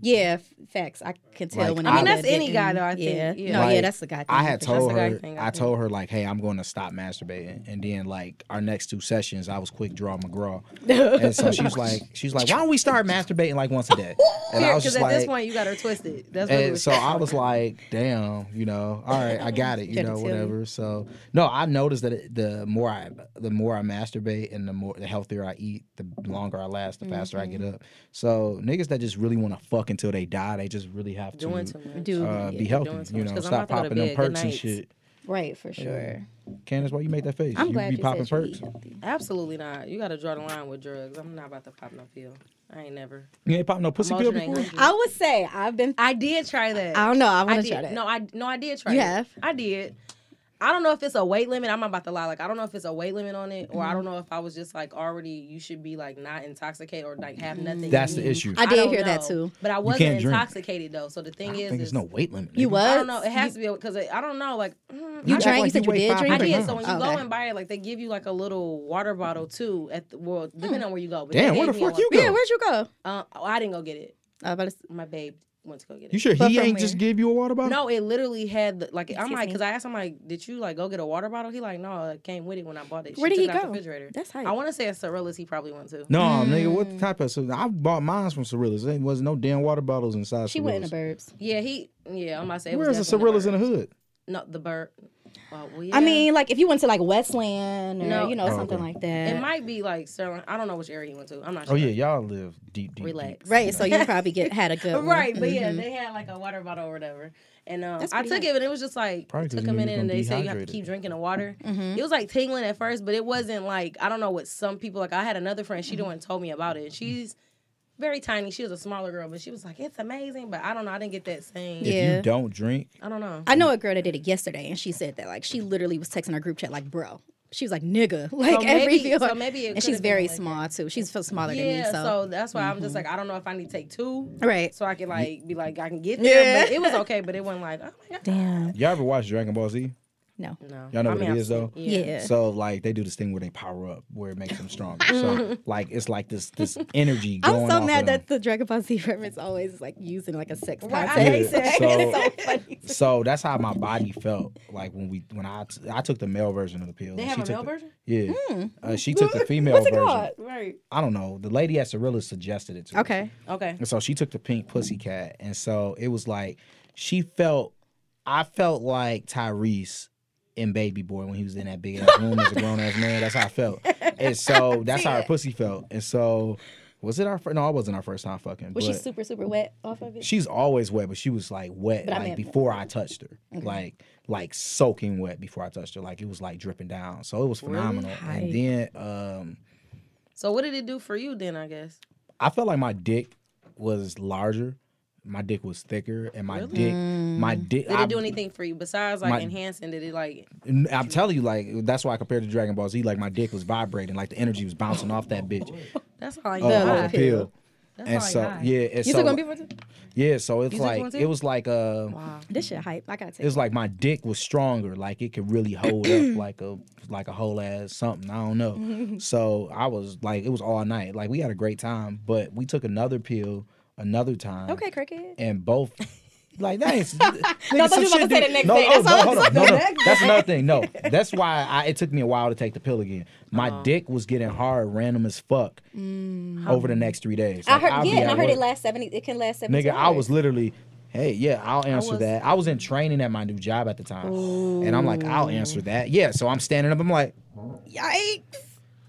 Speaker 3: yeah, f- facts. I can tell
Speaker 2: Like,
Speaker 3: when.
Speaker 2: I
Speaker 3: I'm
Speaker 2: mean,
Speaker 3: good
Speaker 1: that's any guy,
Speaker 3: getting-
Speaker 1: though, I think.
Speaker 3: Yeah.
Speaker 1: Yeah.
Speaker 3: No, yeah,
Speaker 2: Like,
Speaker 3: that's a guy. Thing
Speaker 2: I had
Speaker 3: for sure.
Speaker 1: That's
Speaker 2: told
Speaker 1: a guy
Speaker 2: her,
Speaker 1: thing, I
Speaker 2: I
Speaker 1: think.
Speaker 2: told her like, hey, I'm going to stop masturbating, and then like our next two sessions, I was quick draw McGraw, and so she's like, she's like, why don't we start masturbating like once a day? And I was
Speaker 1: Because
Speaker 2: just
Speaker 1: at
Speaker 2: like,
Speaker 1: this point, you got her twisted. That's what it
Speaker 2: and so I was like, damn, you know, all right, I got it, you
Speaker 3: Gotta
Speaker 2: know,
Speaker 3: tell
Speaker 2: whatever. So no, I noticed that it, the more I the more I masturbate and the more the healthier I eat, the longer I last, the faster I get
Speaker 1: Mm-hmm.
Speaker 2: up. So niggas that just really want to fuck until they die, they just really have to
Speaker 1: doing too much.
Speaker 3: Dude,
Speaker 2: uh,
Speaker 3: yeah,
Speaker 2: be
Speaker 1: doing
Speaker 2: healthy,
Speaker 1: too
Speaker 2: you
Speaker 1: much,
Speaker 2: know,
Speaker 1: 'cause I'm
Speaker 2: stop
Speaker 1: about to go
Speaker 2: popping
Speaker 1: to
Speaker 2: them
Speaker 1: bed. Good
Speaker 2: perks and
Speaker 1: night.
Speaker 2: shit.
Speaker 3: right for sure.
Speaker 2: Candace, why you make that face?
Speaker 3: I'm
Speaker 2: you
Speaker 3: glad
Speaker 2: be
Speaker 3: you
Speaker 2: popping
Speaker 3: said you
Speaker 2: perks.
Speaker 3: eat healthy.
Speaker 1: Absolutely not. You got to draw the line with drugs. I'm not about to pop no pill. I ain't never.
Speaker 2: You ain't popping no pussy pill
Speaker 1: Emotion ain't
Speaker 2: before.
Speaker 1: hungry.
Speaker 3: I would say I've been.
Speaker 1: I did try that.
Speaker 3: I don't know. I
Speaker 1: I
Speaker 3: want to
Speaker 1: did.
Speaker 3: try that.
Speaker 1: No, I no, I did try.
Speaker 3: You
Speaker 1: it.
Speaker 3: have?
Speaker 1: I did. I don't know if it's a weight limit. I'm not about to lie. Like I don't know if it's a weight limit on it, or
Speaker 3: Mm-hmm.
Speaker 1: I don't know if I was just like already you should be like not intoxicated or like have nothing.
Speaker 2: That's
Speaker 1: you
Speaker 2: the
Speaker 1: need.
Speaker 2: issue.
Speaker 3: I did
Speaker 1: don't
Speaker 3: hear that
Speaker 1: know.
Speaker 3: too.
Speaker 1: But I
Speaker 2: can't
Speaker 1: wasn't
Speaker 2: drink.
Speaker 1: intoxicated though. So the
Speaker 2: I
Speaker 1: thing
Speaker 2: don't
Speaker 1: is,
Speaker 2: think there's
Speaker 1: is-
Speaker 2: no weight limit.
Speaker 3: You
Speaker 2: nigga.
Speaker 3: what?
Speaker 1: I don't know. It has to be because I don't know. Like mm,
Speaker 3: You
Speaker 1: I-
Speaker 2: act
Speaker 3: drank.
Speaker 2: like
Speaker 3: you said you
Speaker 2: weigh
Speaker 3: did drink.
Speaker 1: I
Speaker 2: 500
Speaker 1: did. So when you
Speaker 3: Oh,
Speaker 1: go
Speaker 3: okay.
Speaker 1: and buy it, like they give you like a little water bottle too. At the, well,
Speaker 3: Hmm.
Speaker 1: depending on where you go. But they
Speaker 2: Damn, where
Speaker 1: gave
Speaker 2: the
Speaker 1: me a
Speaker 2: fuck
Speaker 1: wa-
Speaker 2: you go?
Speaker 3: Yeah, where'd you go?
Speaker 1: Uh, oh, I didn't go get it.
Speaker 3: I was about to s-
Speaker 1: My babe went to go get it.
Speaker 2: You sure
Speaker 3: But
Speaker 2: he
Speaker 3: from
Speaker 2: ain't just
Speaker 3: where?
Speaker 2: give you a water bottle?
Speaker 1: No, it literally had the, like I'm
Speaker 3: Excuse
Speaker 1: like
Speaker 3: me.
Speaker 1: because I asked him like, did you like go get a water bottle? He like, no, it came with it when I bought it. She
Speaker 3: Where did
Speaker 1: took
Speaker 3: he
Speaker 1: it out the
Speaker 3: go?
Speaker 1: refrigerator.
Speaker 3: That's hype.
Speaker 1: I want to say at Cirilla's. He probably went to.
Speaker 2: No,
Speaker 3: Mm.
Speaker 2: nigga, what type of? So I bought mine from Cirilla's. There wasn't no damn water bottles inside.
Speaker 3: She went in the
Speaker 2: Cirilla's.
Speaker 3: burbs.
Speaker 1: Yeah, he. Yeah, I'm about to say. it was
Speaker 2: Where's the
Speaker 1: definitely
Speaker 2: Cirilla's in the hood?
Speaker 1: bird. No, the bird. Well, well,
Speaker 3: I
Speaker 1: yeah.
Speaker 3: mean, like if you went to like Westland or
Speaker 1: No.
Speaker 3: you know
Speaker 2: Oh,
Speaker 3: something
Speaker 2: okay.
Speaker 3: like that.
Speaker 1: it might be like Sterling. I don't know which area he went to. I'm not sure.
Speaker 2: Oh yeah, y'all live deep, deep.
Speaker 1: Relax.
Speaker 2: deep.
Speaker 3: Right, so you probably get had a good one.
Speaker 1: Right, but yeah, they had like a water bottle or whatever. And um,
Speaker 3: Mm-hmm. That's
Speaker 1: I
Speaker 3: pretty
Speaker 1: took it, and it was just like
Speaker 2: Probably
Speaker 1: it took
Speaker 2: 'cause
Speaker 1: a
Speaker 2: you knew you
Speaker 1: minute, and
Speaker 2: gonna
Speaker 1: they say you have to
Speaker 2: dehydrate
Speaker 1: keep
Speaker 2: it.
Speaker 1: drinking the water.
Speaker 3: Mm-hmm.
Speaker 1: It was like tingling at first, but it wasn't like I don't know what some people like. I had another friend; she the one told me about it. She's very tiny. She was a smaller girl, but she was like, "It's amazing." But I don't know. I didn't get that same.
Speaker 2: If
Speaker 3: Yeah.
Speaker 2: you don't drink,
Speaker 1: I don't know.
Speaker 3: Mm-hmm. I know a girl that did it yesterday, and she said that like she literally was texting her group chat like, "Bro," she was like, "Nigga," like every
Speaker 1: maybe-
Speaker 3: view.
Speaker 1: so maybe it
Speaker 3: and she's
Speaker 1: could've been
Speaker 3: very
Speaker 1: like
Speaker 3: small too. She's so smaller than me,
Speaker 1: yeah,
Speaker 3: so,
Speaker 1: so that's why I'm just
Speaker 3: Mm-hmm.
Speaker 1: like I don't know if I need to take two,
Speaker 3: right.
Speaker 1: so I can like be like I can get there.
Speaker 3: Yeah.
Speaker 1: But it was okay, but it wasn't like oh my god.
Speaker 3: Damn.
Speaker 2: y'all ever watch Dragon Ball Z?
Speaker 3: No.
Speaker 1: No,
Speaker 2: Y'all know
Speaker 1: I
Speaker 2: what
Speaker 1: mean,
Speaker 2: it
Speaker 1: I've
Speaker 2: is,
Speaker 1: seen-
Speaker 2: though?
Speaker 3: Yeah.
Speaker 2: So like they do this thing where they power up, where it makes them stronger. So like it's like this this energy going.
Speaker 3: I'm so
Speaker 2: off of
Speaker 3: mad
Speaker 2: them.
Speaker 3: that the Dragon Ball Z reference always like using like a sex
Speaker 1: Right, I hate
Speaker 3: context.
Speaker 2: that.
Speaker 3: it's so funny.
Speaker 2: So that's how my body felt like when we when I t- I took the male version of the pill.
Speaker 1: They
Speaker 2: and
Speaker 1: have a
Speaker 2: took
Speaker 1: male
Speaker 2: the-
Speaker 1: version,
Speaker 2: Yeah, uh, she took the female
Speaker 3: Hmm. What's it
Speaker 2: version.
Speaker 3: called?
Speaker 1: right?
Speaker 2: I don't know. The lady at Cirilla's suggested it to us.
Speaker 3: Okay.
Speaker 1: Okay.
Speaker 2: And so she took the pink pussy cat, and so it was like she felt. I felt like Tyrese in Baby Boy when he was in that big ass room as a grown ass man. That's how I felt. And so that's how her pussy felt. And so was it our first? No, it wasn't our first time fucking.
Speaker 3: Was she
Speaker 2: but
Speaker 3: super super wet off of it?
Speaker 2: she's always wet, but she was like wet
Speaker 3: But I
Speaker 2: like
Speaker 3: meant-
Speaker 2: before I touched her, like like soaking wet before I touched her. Like it was like dripping down, so it was phenomenal.
Speaker 3: Hype.
Speaker 2: And then um,
Speaker 1: So what did it do for you then? I guess.
Speaker 2: I felt like my dick was larger, my dick was thicker, and my dick,
Speaker 1: Mm.
Speaker 2: my dick.
Speaker 1: Did
Speaker 2: I,
Speaker 1: it do anything for you besides like
Speaker 2: my-
Speaker 1: enhancing? Did it like
Speaker 2: N- I'm telling you, like that's why I compared it to Dragon Ball Z. Like my dick was vibrating, like the energy was bouncing off that bitch.
Speaker 1: that's all I
Speaker 2: uh,
Speaker 1: got.
Speaker 2: off a pill.
Speaker 1: That's
Speaker 2: And
Speaker 1: all I
Speaker 2: so
Speaker 1: got.
Speaker 2: yeah, and
Speaker 3: You
Speaker 2: so
Speaker 3: still gonna be with it?
Speaker 2: yeah, so it's
Speaker 1: You took one
Speaker 2: like
Speaker 1: too?
Speaker 2: it was like uh,
Speaker 1: Wow.
Speaker 3: This shit hype. I gotta
Speaker 2: it
Speaker 3: take.
Speaker 2: was like my dick was stronger. Like it could really hold up like a like a whole ass something. I don't know. so I was like, it was all night. Like we had a great time, but we took another pill another time.
Speaker 3: Okay, cricket.
Speaker 2: and both. Like that is.
Speaker 3: thought you was about to say the next day. That's all
Speaker 2: no,
Speaker 3: I was
Speaker 2: oh,
Speaker 3: about to
Speaker 2: no,
Speaker 3: say.
Speaker 2: that's another thing. No, that's why I, it took me a while to take the pill again. My
Speaker 3: Oh.
Speaker 2: dick was getting hard, random as fuck, over the next three days.
Speaker 3: Mm. I
Speaker 2: Like,
Speaker 3: heard.
Speaker 2: I'd be
Speaker 3: yeah,
Speaker 2: at
Speaker 3: and I heard it
Speaker 2: work.
Speaker 3: last seventy. It can last seventy.
Speaker 2: Nigga, I was literally, hey, yeah, I'll answer
Speaker 1: was-
Speaker 2: that. I was in training at my new job at the time, and I'm like, I'll answer that. Yeah, so I'm standing up. I'm like,
Speaker 3: Yikes.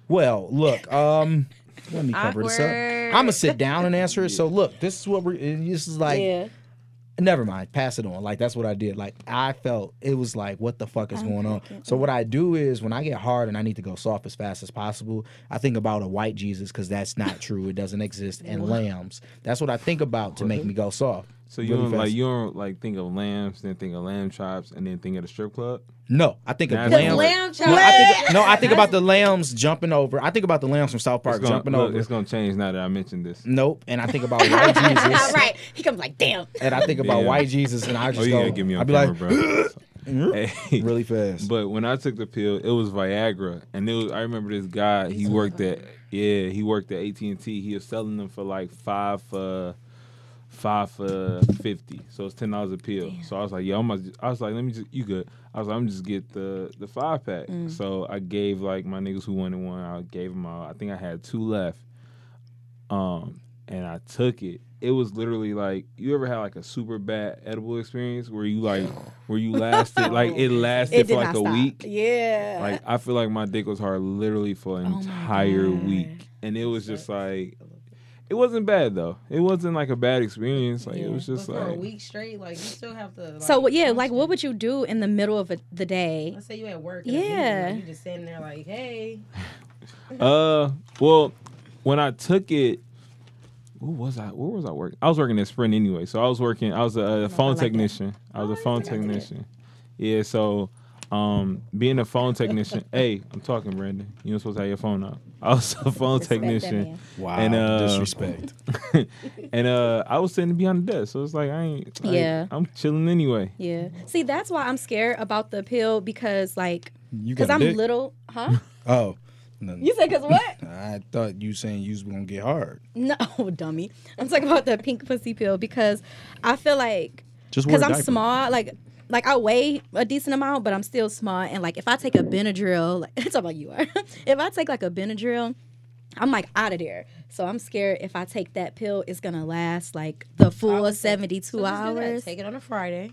Speaker 2: well, look, um, let me cover this up.
Speaker 1: Awkward.
Speaker 2: I'm gonna sit down and answer it. So look, this is what we're. This is like.
Speaker 3: Yeah.
Speaker 2: never mind pass it on like that's what i did like i felt it was like what the fuck is going on so what i do is when i get hard and i need to go soft as fast as possible i think about a white jesus because that's not true it doesn't exist and lambs that's what i think about to make me go soft
Speaker 4: So you
Speaker 2: Really
Speaker 4: don't like
Speaker 2: fast.
Speaker 4: you don't like think of lambs, then think of lamb chops, and then think of the strip club.
Speaker 2: No, I think of
Speaker 4: That's-
Speaker 1: Lamb,
Speaker 2: lamb.
Speaker 1: lamb chop.
Speaker 2: No, I think, no, I think about the lambs jumping over. I think about the lambs from South Park
Speaker 4: it's gonna,
Speaker 2: jumping
Speaker 4: look,
Speaker 2: over.
Speaker 4: It's gonna change now that I mentioned this.
Speaker 2: Nope. And I think about white Jesus.
Speaker 3: right. He comes like, damn.
Speaker 2: And I think about
Speaker 4: Yeah.
Speaker 2: white Jesus, and I
Speaker 4: Oh,
Speaker 2: just
Speaker 4: you
Speaker 2: go.
Speaker 4: gotta give me on
Speaker 2: I'd be
Speaker 4: camera,
Speaker 2: like, "Mm-hmm."
Speaker 4: bro. Hey.
Speaker 2: really fast.
Speaker 4: But when I took the pill, it was Viagra, and it was, I remember this guy. He worked at yeah, he worked at AT and T. He was selling them for like five for five for fifty, so it's ten dollars a pill. So I was like, yo, I'm. Just, I was like, let me just you good. I was like, I'm just get the the five pack. So I gave like my niggas who wanted one. I gave them all. I think I had two left. Um, and I took it. It was literally like you ever had like a super bad edible experience where you like where you lasted like it lasted
Speaker 3: It did
Speaker 4: for like
Speaker 3: not
Speaker 4: a
Speaker 3: stop.
Speaker 4: week.
Speaker 3: Yeah. Oh
Speaker 4: Like I feel like my dick was hard literally for an
Speaker 3: my
Speaker 4: entire
Speaker 3: God.
Speaker 4: week, and it was just like, it wasn't bad though. It wasn't like a bad experience. Like
Speaker 3: Yeah.
Speaker 4: it was
Speaker 1: But
Speaker 4: just
Speaker 1: for a
Speaker 4: like
Speaker 1: week straight, like you still have to. Like,
Speaker 3: so what- yeah, like what would you do in the middle of a, the day?
Speaker 1: Let's say you at work. And yeah.
Speaker 3: Yeah.
Speaker 1: You just sitting there like, hey.
Speaker 4: Uh, well, when I took it, who was I? Where was I working? I was working at Sprint anyway, so I was working. I was a, a phone
Speaker 3: Oh, like that.
Speaker 4: technician. I was
Speaker 1: Oh,
Speaker 4: a
Speaker 1: you
Speaker 4: phone
Speaker 1: still got to do it.
Speaker 4: technician. Yeah, so um, being a phone technician. hey, I'm talking, Brandon. You were supposed to have your phone up. I was a phone
Speaker 3: Respect that
Speaker 4: technician,
Speaker 3: man.
Speaker 2: wow.
Speaker 4: and, uh,
Speaker 2: disrespect.
Speaker 4: and uh, I was sitting behind the desk, so it's like I ain't. like,
Speaker 3: Yeah.
Speaker 4: I'm chilling anyway.
Speaker 3: Yeah. See, that's why I'm scared about the pill because like
Speaker 2: You
Speaker 3: because
Speaker 2: got a
Speaker 3: I'm
Speaker 2: dick?
Speaker 3: little, huh?
Speaker 2: Oh. No,
Speaker 3: You said because what?
Speaker 2: I thought you saying you was gonna get hard.
Speaker 3: No, dummy. I'm talking about the pink pussy pill because I feel like
Speaker 2: Just wear
Speaker 3: because
Speaker 2: a
Speaker 3: I'm
Speaker 2: diaper.
Speaker 3: small, like like I weigh a decent amount, but I'm still small. And like if I take a Benadryl, like it's about you are. if I take like a Benadryl, I'm like out of there. So I'm scared if I take that pill, it's gonna last like the full
Speaker 1: would say-
Speaker 3: 72
Speaker 1: So just do that.
Speaker 3: hours.
Speaker 1: Take it on a Friday.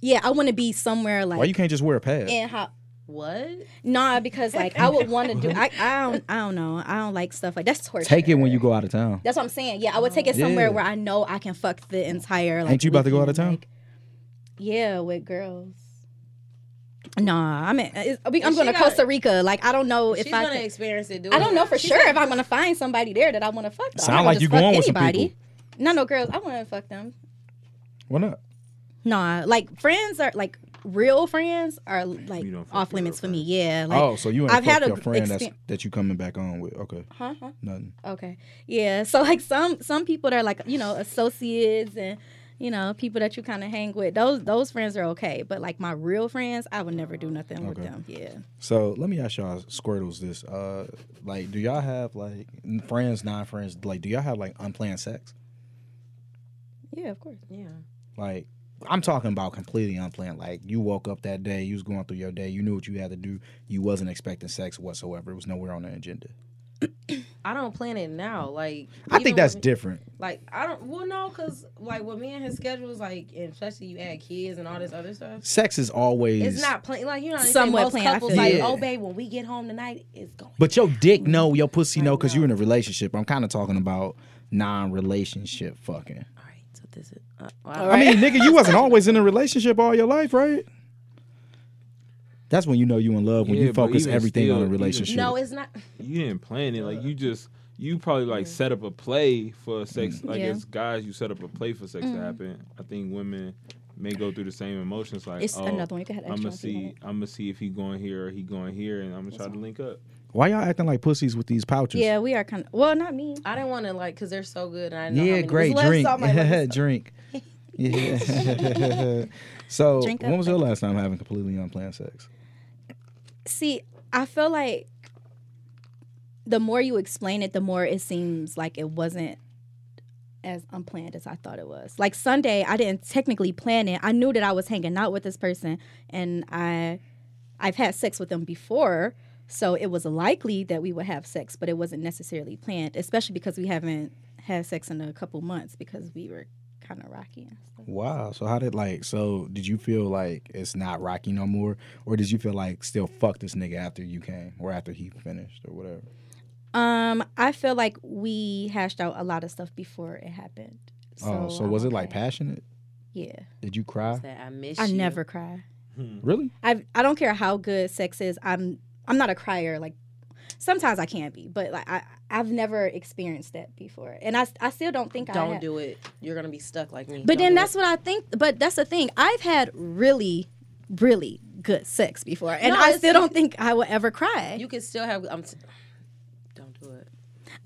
Speaker 3: Yeah, I want to be somewhere
Speaker 2: Why you
Speaker 3: like
Speaker 2: can't just wear a pad?
Speaker 3: in hot.
Speaker 1: What?
Speaker 3: Nah, because like I would want to do. I, I don't. I don't know. I don't like stuff like that's torture.
Speaker 2: Take it when you go out of town.
Speaker 3: That's what I'm saying. Yeah, I would take it somewhere
Speaker 2: Yeah.
Speaker 3: where I know I can fuck the entire. Like,
Speaker 2: Ain't you about to go out of
Speaker 3: weekend,
Speaker 2: town?
Speaker 3: like- yeah, with girls. Nah, I'm. In, it's- I'm
Speaker 1: But she
Speaker 3: going to
Speaker 1: gotta-
Speaker 3: Costa Rica. Like I don't know if
Speaker 1: She's
Speaker 3: I.
Speaker 1: gonna
Speaker 3: can-
Speaker 1: experience it. Do
Speaker 3: I don't know for
Speaker 1: She's
Speaker 3: sure
Speaker 1: not-
Speaker 3: if I'm going to find somebody there that I want to fuck. Though. I'm
Speaker 2: Sound
Speaker 3: not gonna
Speaker 2: like you
Speaker 3: just fuck
Speaker 2: going with some
Speaker 3: anybody.
Speaker 2: people.
Speaker 3: No, no, girls. I want to fuck them.
Speaker 2: Why not?
Speaker 3: Nah, like friends are like real friends are like
Speaker 4: You don't fuck
Speaker 3: off
Speaker 4: with real
Speaker 3: limits for me. Yeah. Like,
Speaker 2: oh, so you ain't
Speaker 3: I've had
Speaker 2: fucked
Speaker 3: a
Speaker 2: your friend that's,
Speaker 3: expe-
Speaker 2: that you coming back on with? Okay,
Speaker 3: Huh? huh?
Speaker 2: nothing.
Speaker 3: Okay. Yeah. So like some some people that are like you know associates and you know people that you kind of hang with. Those those friends are okay, but like my real friends, I would never do nothing with
Speaker 2: Okay.
Speaker 3: them. Yeah.
Speaker 2: So let me ask y'all Squirtles this. Uh, like, do y'all have like n- friends, non friends? Like, do y'all have like unplanned sex?
Speaker 3: Yeah, of course.
Speaker 1: Yeah.
Speaker 2: Like, I'm talking about completely unplanned. Like, you woke up that day, you was going through your day, you knew what you had to do, you wasn't expecting sex whatsoever. It was nowhere on the agenda.
Speaker 1: I don't plan it now. Like
Speaker 2: I think
Speaker 1: even
Speaker 2: that's
Speaker 1: when-
Speaker 2: different.
Speaker 1: like I don't. Well, no, because like with me and his schedules, like and especially you add kids and all this other stuff.
Speaker 2: Sex is always.
Speaker 1: It's not plain like you know. Somewhat
Speaker 3: Somewhat planned, I
Speaker 1: planned. Couples
Speaker 3: feel
Speaker 1: like,
Speaker 2: you. Yeah.
Speaker 1: oh babe, when we get home tonight, it's going.
Speaker 2: But your dick no, your pussy no, because you're in a relationship. I'm kind of talking about non-relationship fucking.
Speaker 1: All right, so this is. Uh, well,
Speaker 3: All
Speaker 1: I-
Speaker 3: right.
Speaker 2: I mean, nigga, you wasn't always in a relationship all your life, right? That's when you know you in love when
Speaker 4: Yeah,
Speaker 2: you
Speaker 4: but
Speaker 2: focus
Speaker 4: even
Speaker 2: everything
Speaker 4: still,
Speaker 2: on a
Speaker 4: even-
Speaker 2: relationship.
Speaker 1: No, it's not.
Speaker 4: you didn't plan it. Like you just you probably like set up a play for sex. Like
Speaker 3: Mm. Yeah. Mm.
Speaker 4: as guys, you set up a play for sex to happen. I think women may go through the same emotions. Like
Speaker 3: It's
Speaker 4: oh,
Speaker 3: another one. You can have
Speaker 4: I'm
Speaker 3: extra
Speaker 4: gonna
Speaker 3: if you want
Speaker 4: see.
Speaker 3: it.
Speaker 4: I'm gonna see if he going here or he going here, and I'm gonna try to link up.
Speaker 2: Why y'all acting like pussies with these pouches?
Speaker 3: Yeah, we are kind of well, not me.
Speaker 1: I didn't want to like because they're so good. And I didn't know how
Speaker 2: Yeah,
Speaker 1: many
Speaker 2: great
Speaker 1: was left,
Speaker 2: drink,
Speaker 1: so I'm like, let me-
Speaker 2: drink. Yeah. so,
Speaker 3: Drink up,
Speaker 2: when was your last time having completely unplanned sex?
Speaker 3: See, I feel like the more you explain it, the more it seems like it wasn't as unplanned as I thought it was. Like Sunday, I didn't technically plan it. I knew that I was hanging out with this person and I I've had sex with them before, so it was likely that we would have sex, but it wasn't necessarily planned, especially because we haven't had sex in a couple months because we were kind of rocky and stuff.
Speaker 2: Wow. So how did like? So did you feel like it's not rocky no more, or did you feel like still fuck this nigga after you came or after he finished or whatever?
Speaker 3: Um, I feel like we hashed out a lot of stuff before it happened.
Speaker 2: oh, so
Speaker 3: I'm
Speaker 2: was it like
Speaker 3: okay.
Speaker 2: passionate?
Speaker 3: Yeah.
Speaker 2: Did you cry?
Speaker 1: That I miss.
Speaker 3: I
Speaker 1: you.
Speaker 3: never cry.
Speaker 4: Hmm.
Speaker 2: Really?
Speaker 3: I I don't care how good sex is. I'm I'm not a crier. Like Sometimes I can be, but like I, I've never experienced that before, and I, I still don't think I
Speaker 1: Don't
Speaker 3: have.
Speaker 1: do it. You're gonna be stuck like me.
Speaker 3: But
Speaker 1: Don't
Speaker 3: then
Speaker 1: do
Speaker 3: that's what I think. But that's the thing. I've had really, really good sex before, and
Speaker 1: No,
Speaker 3: I
Speaker 1: it's-
Speaker 3: still don't think I will ever cry.
Speaker 1: it. you can still have. I'm. T- don't do it.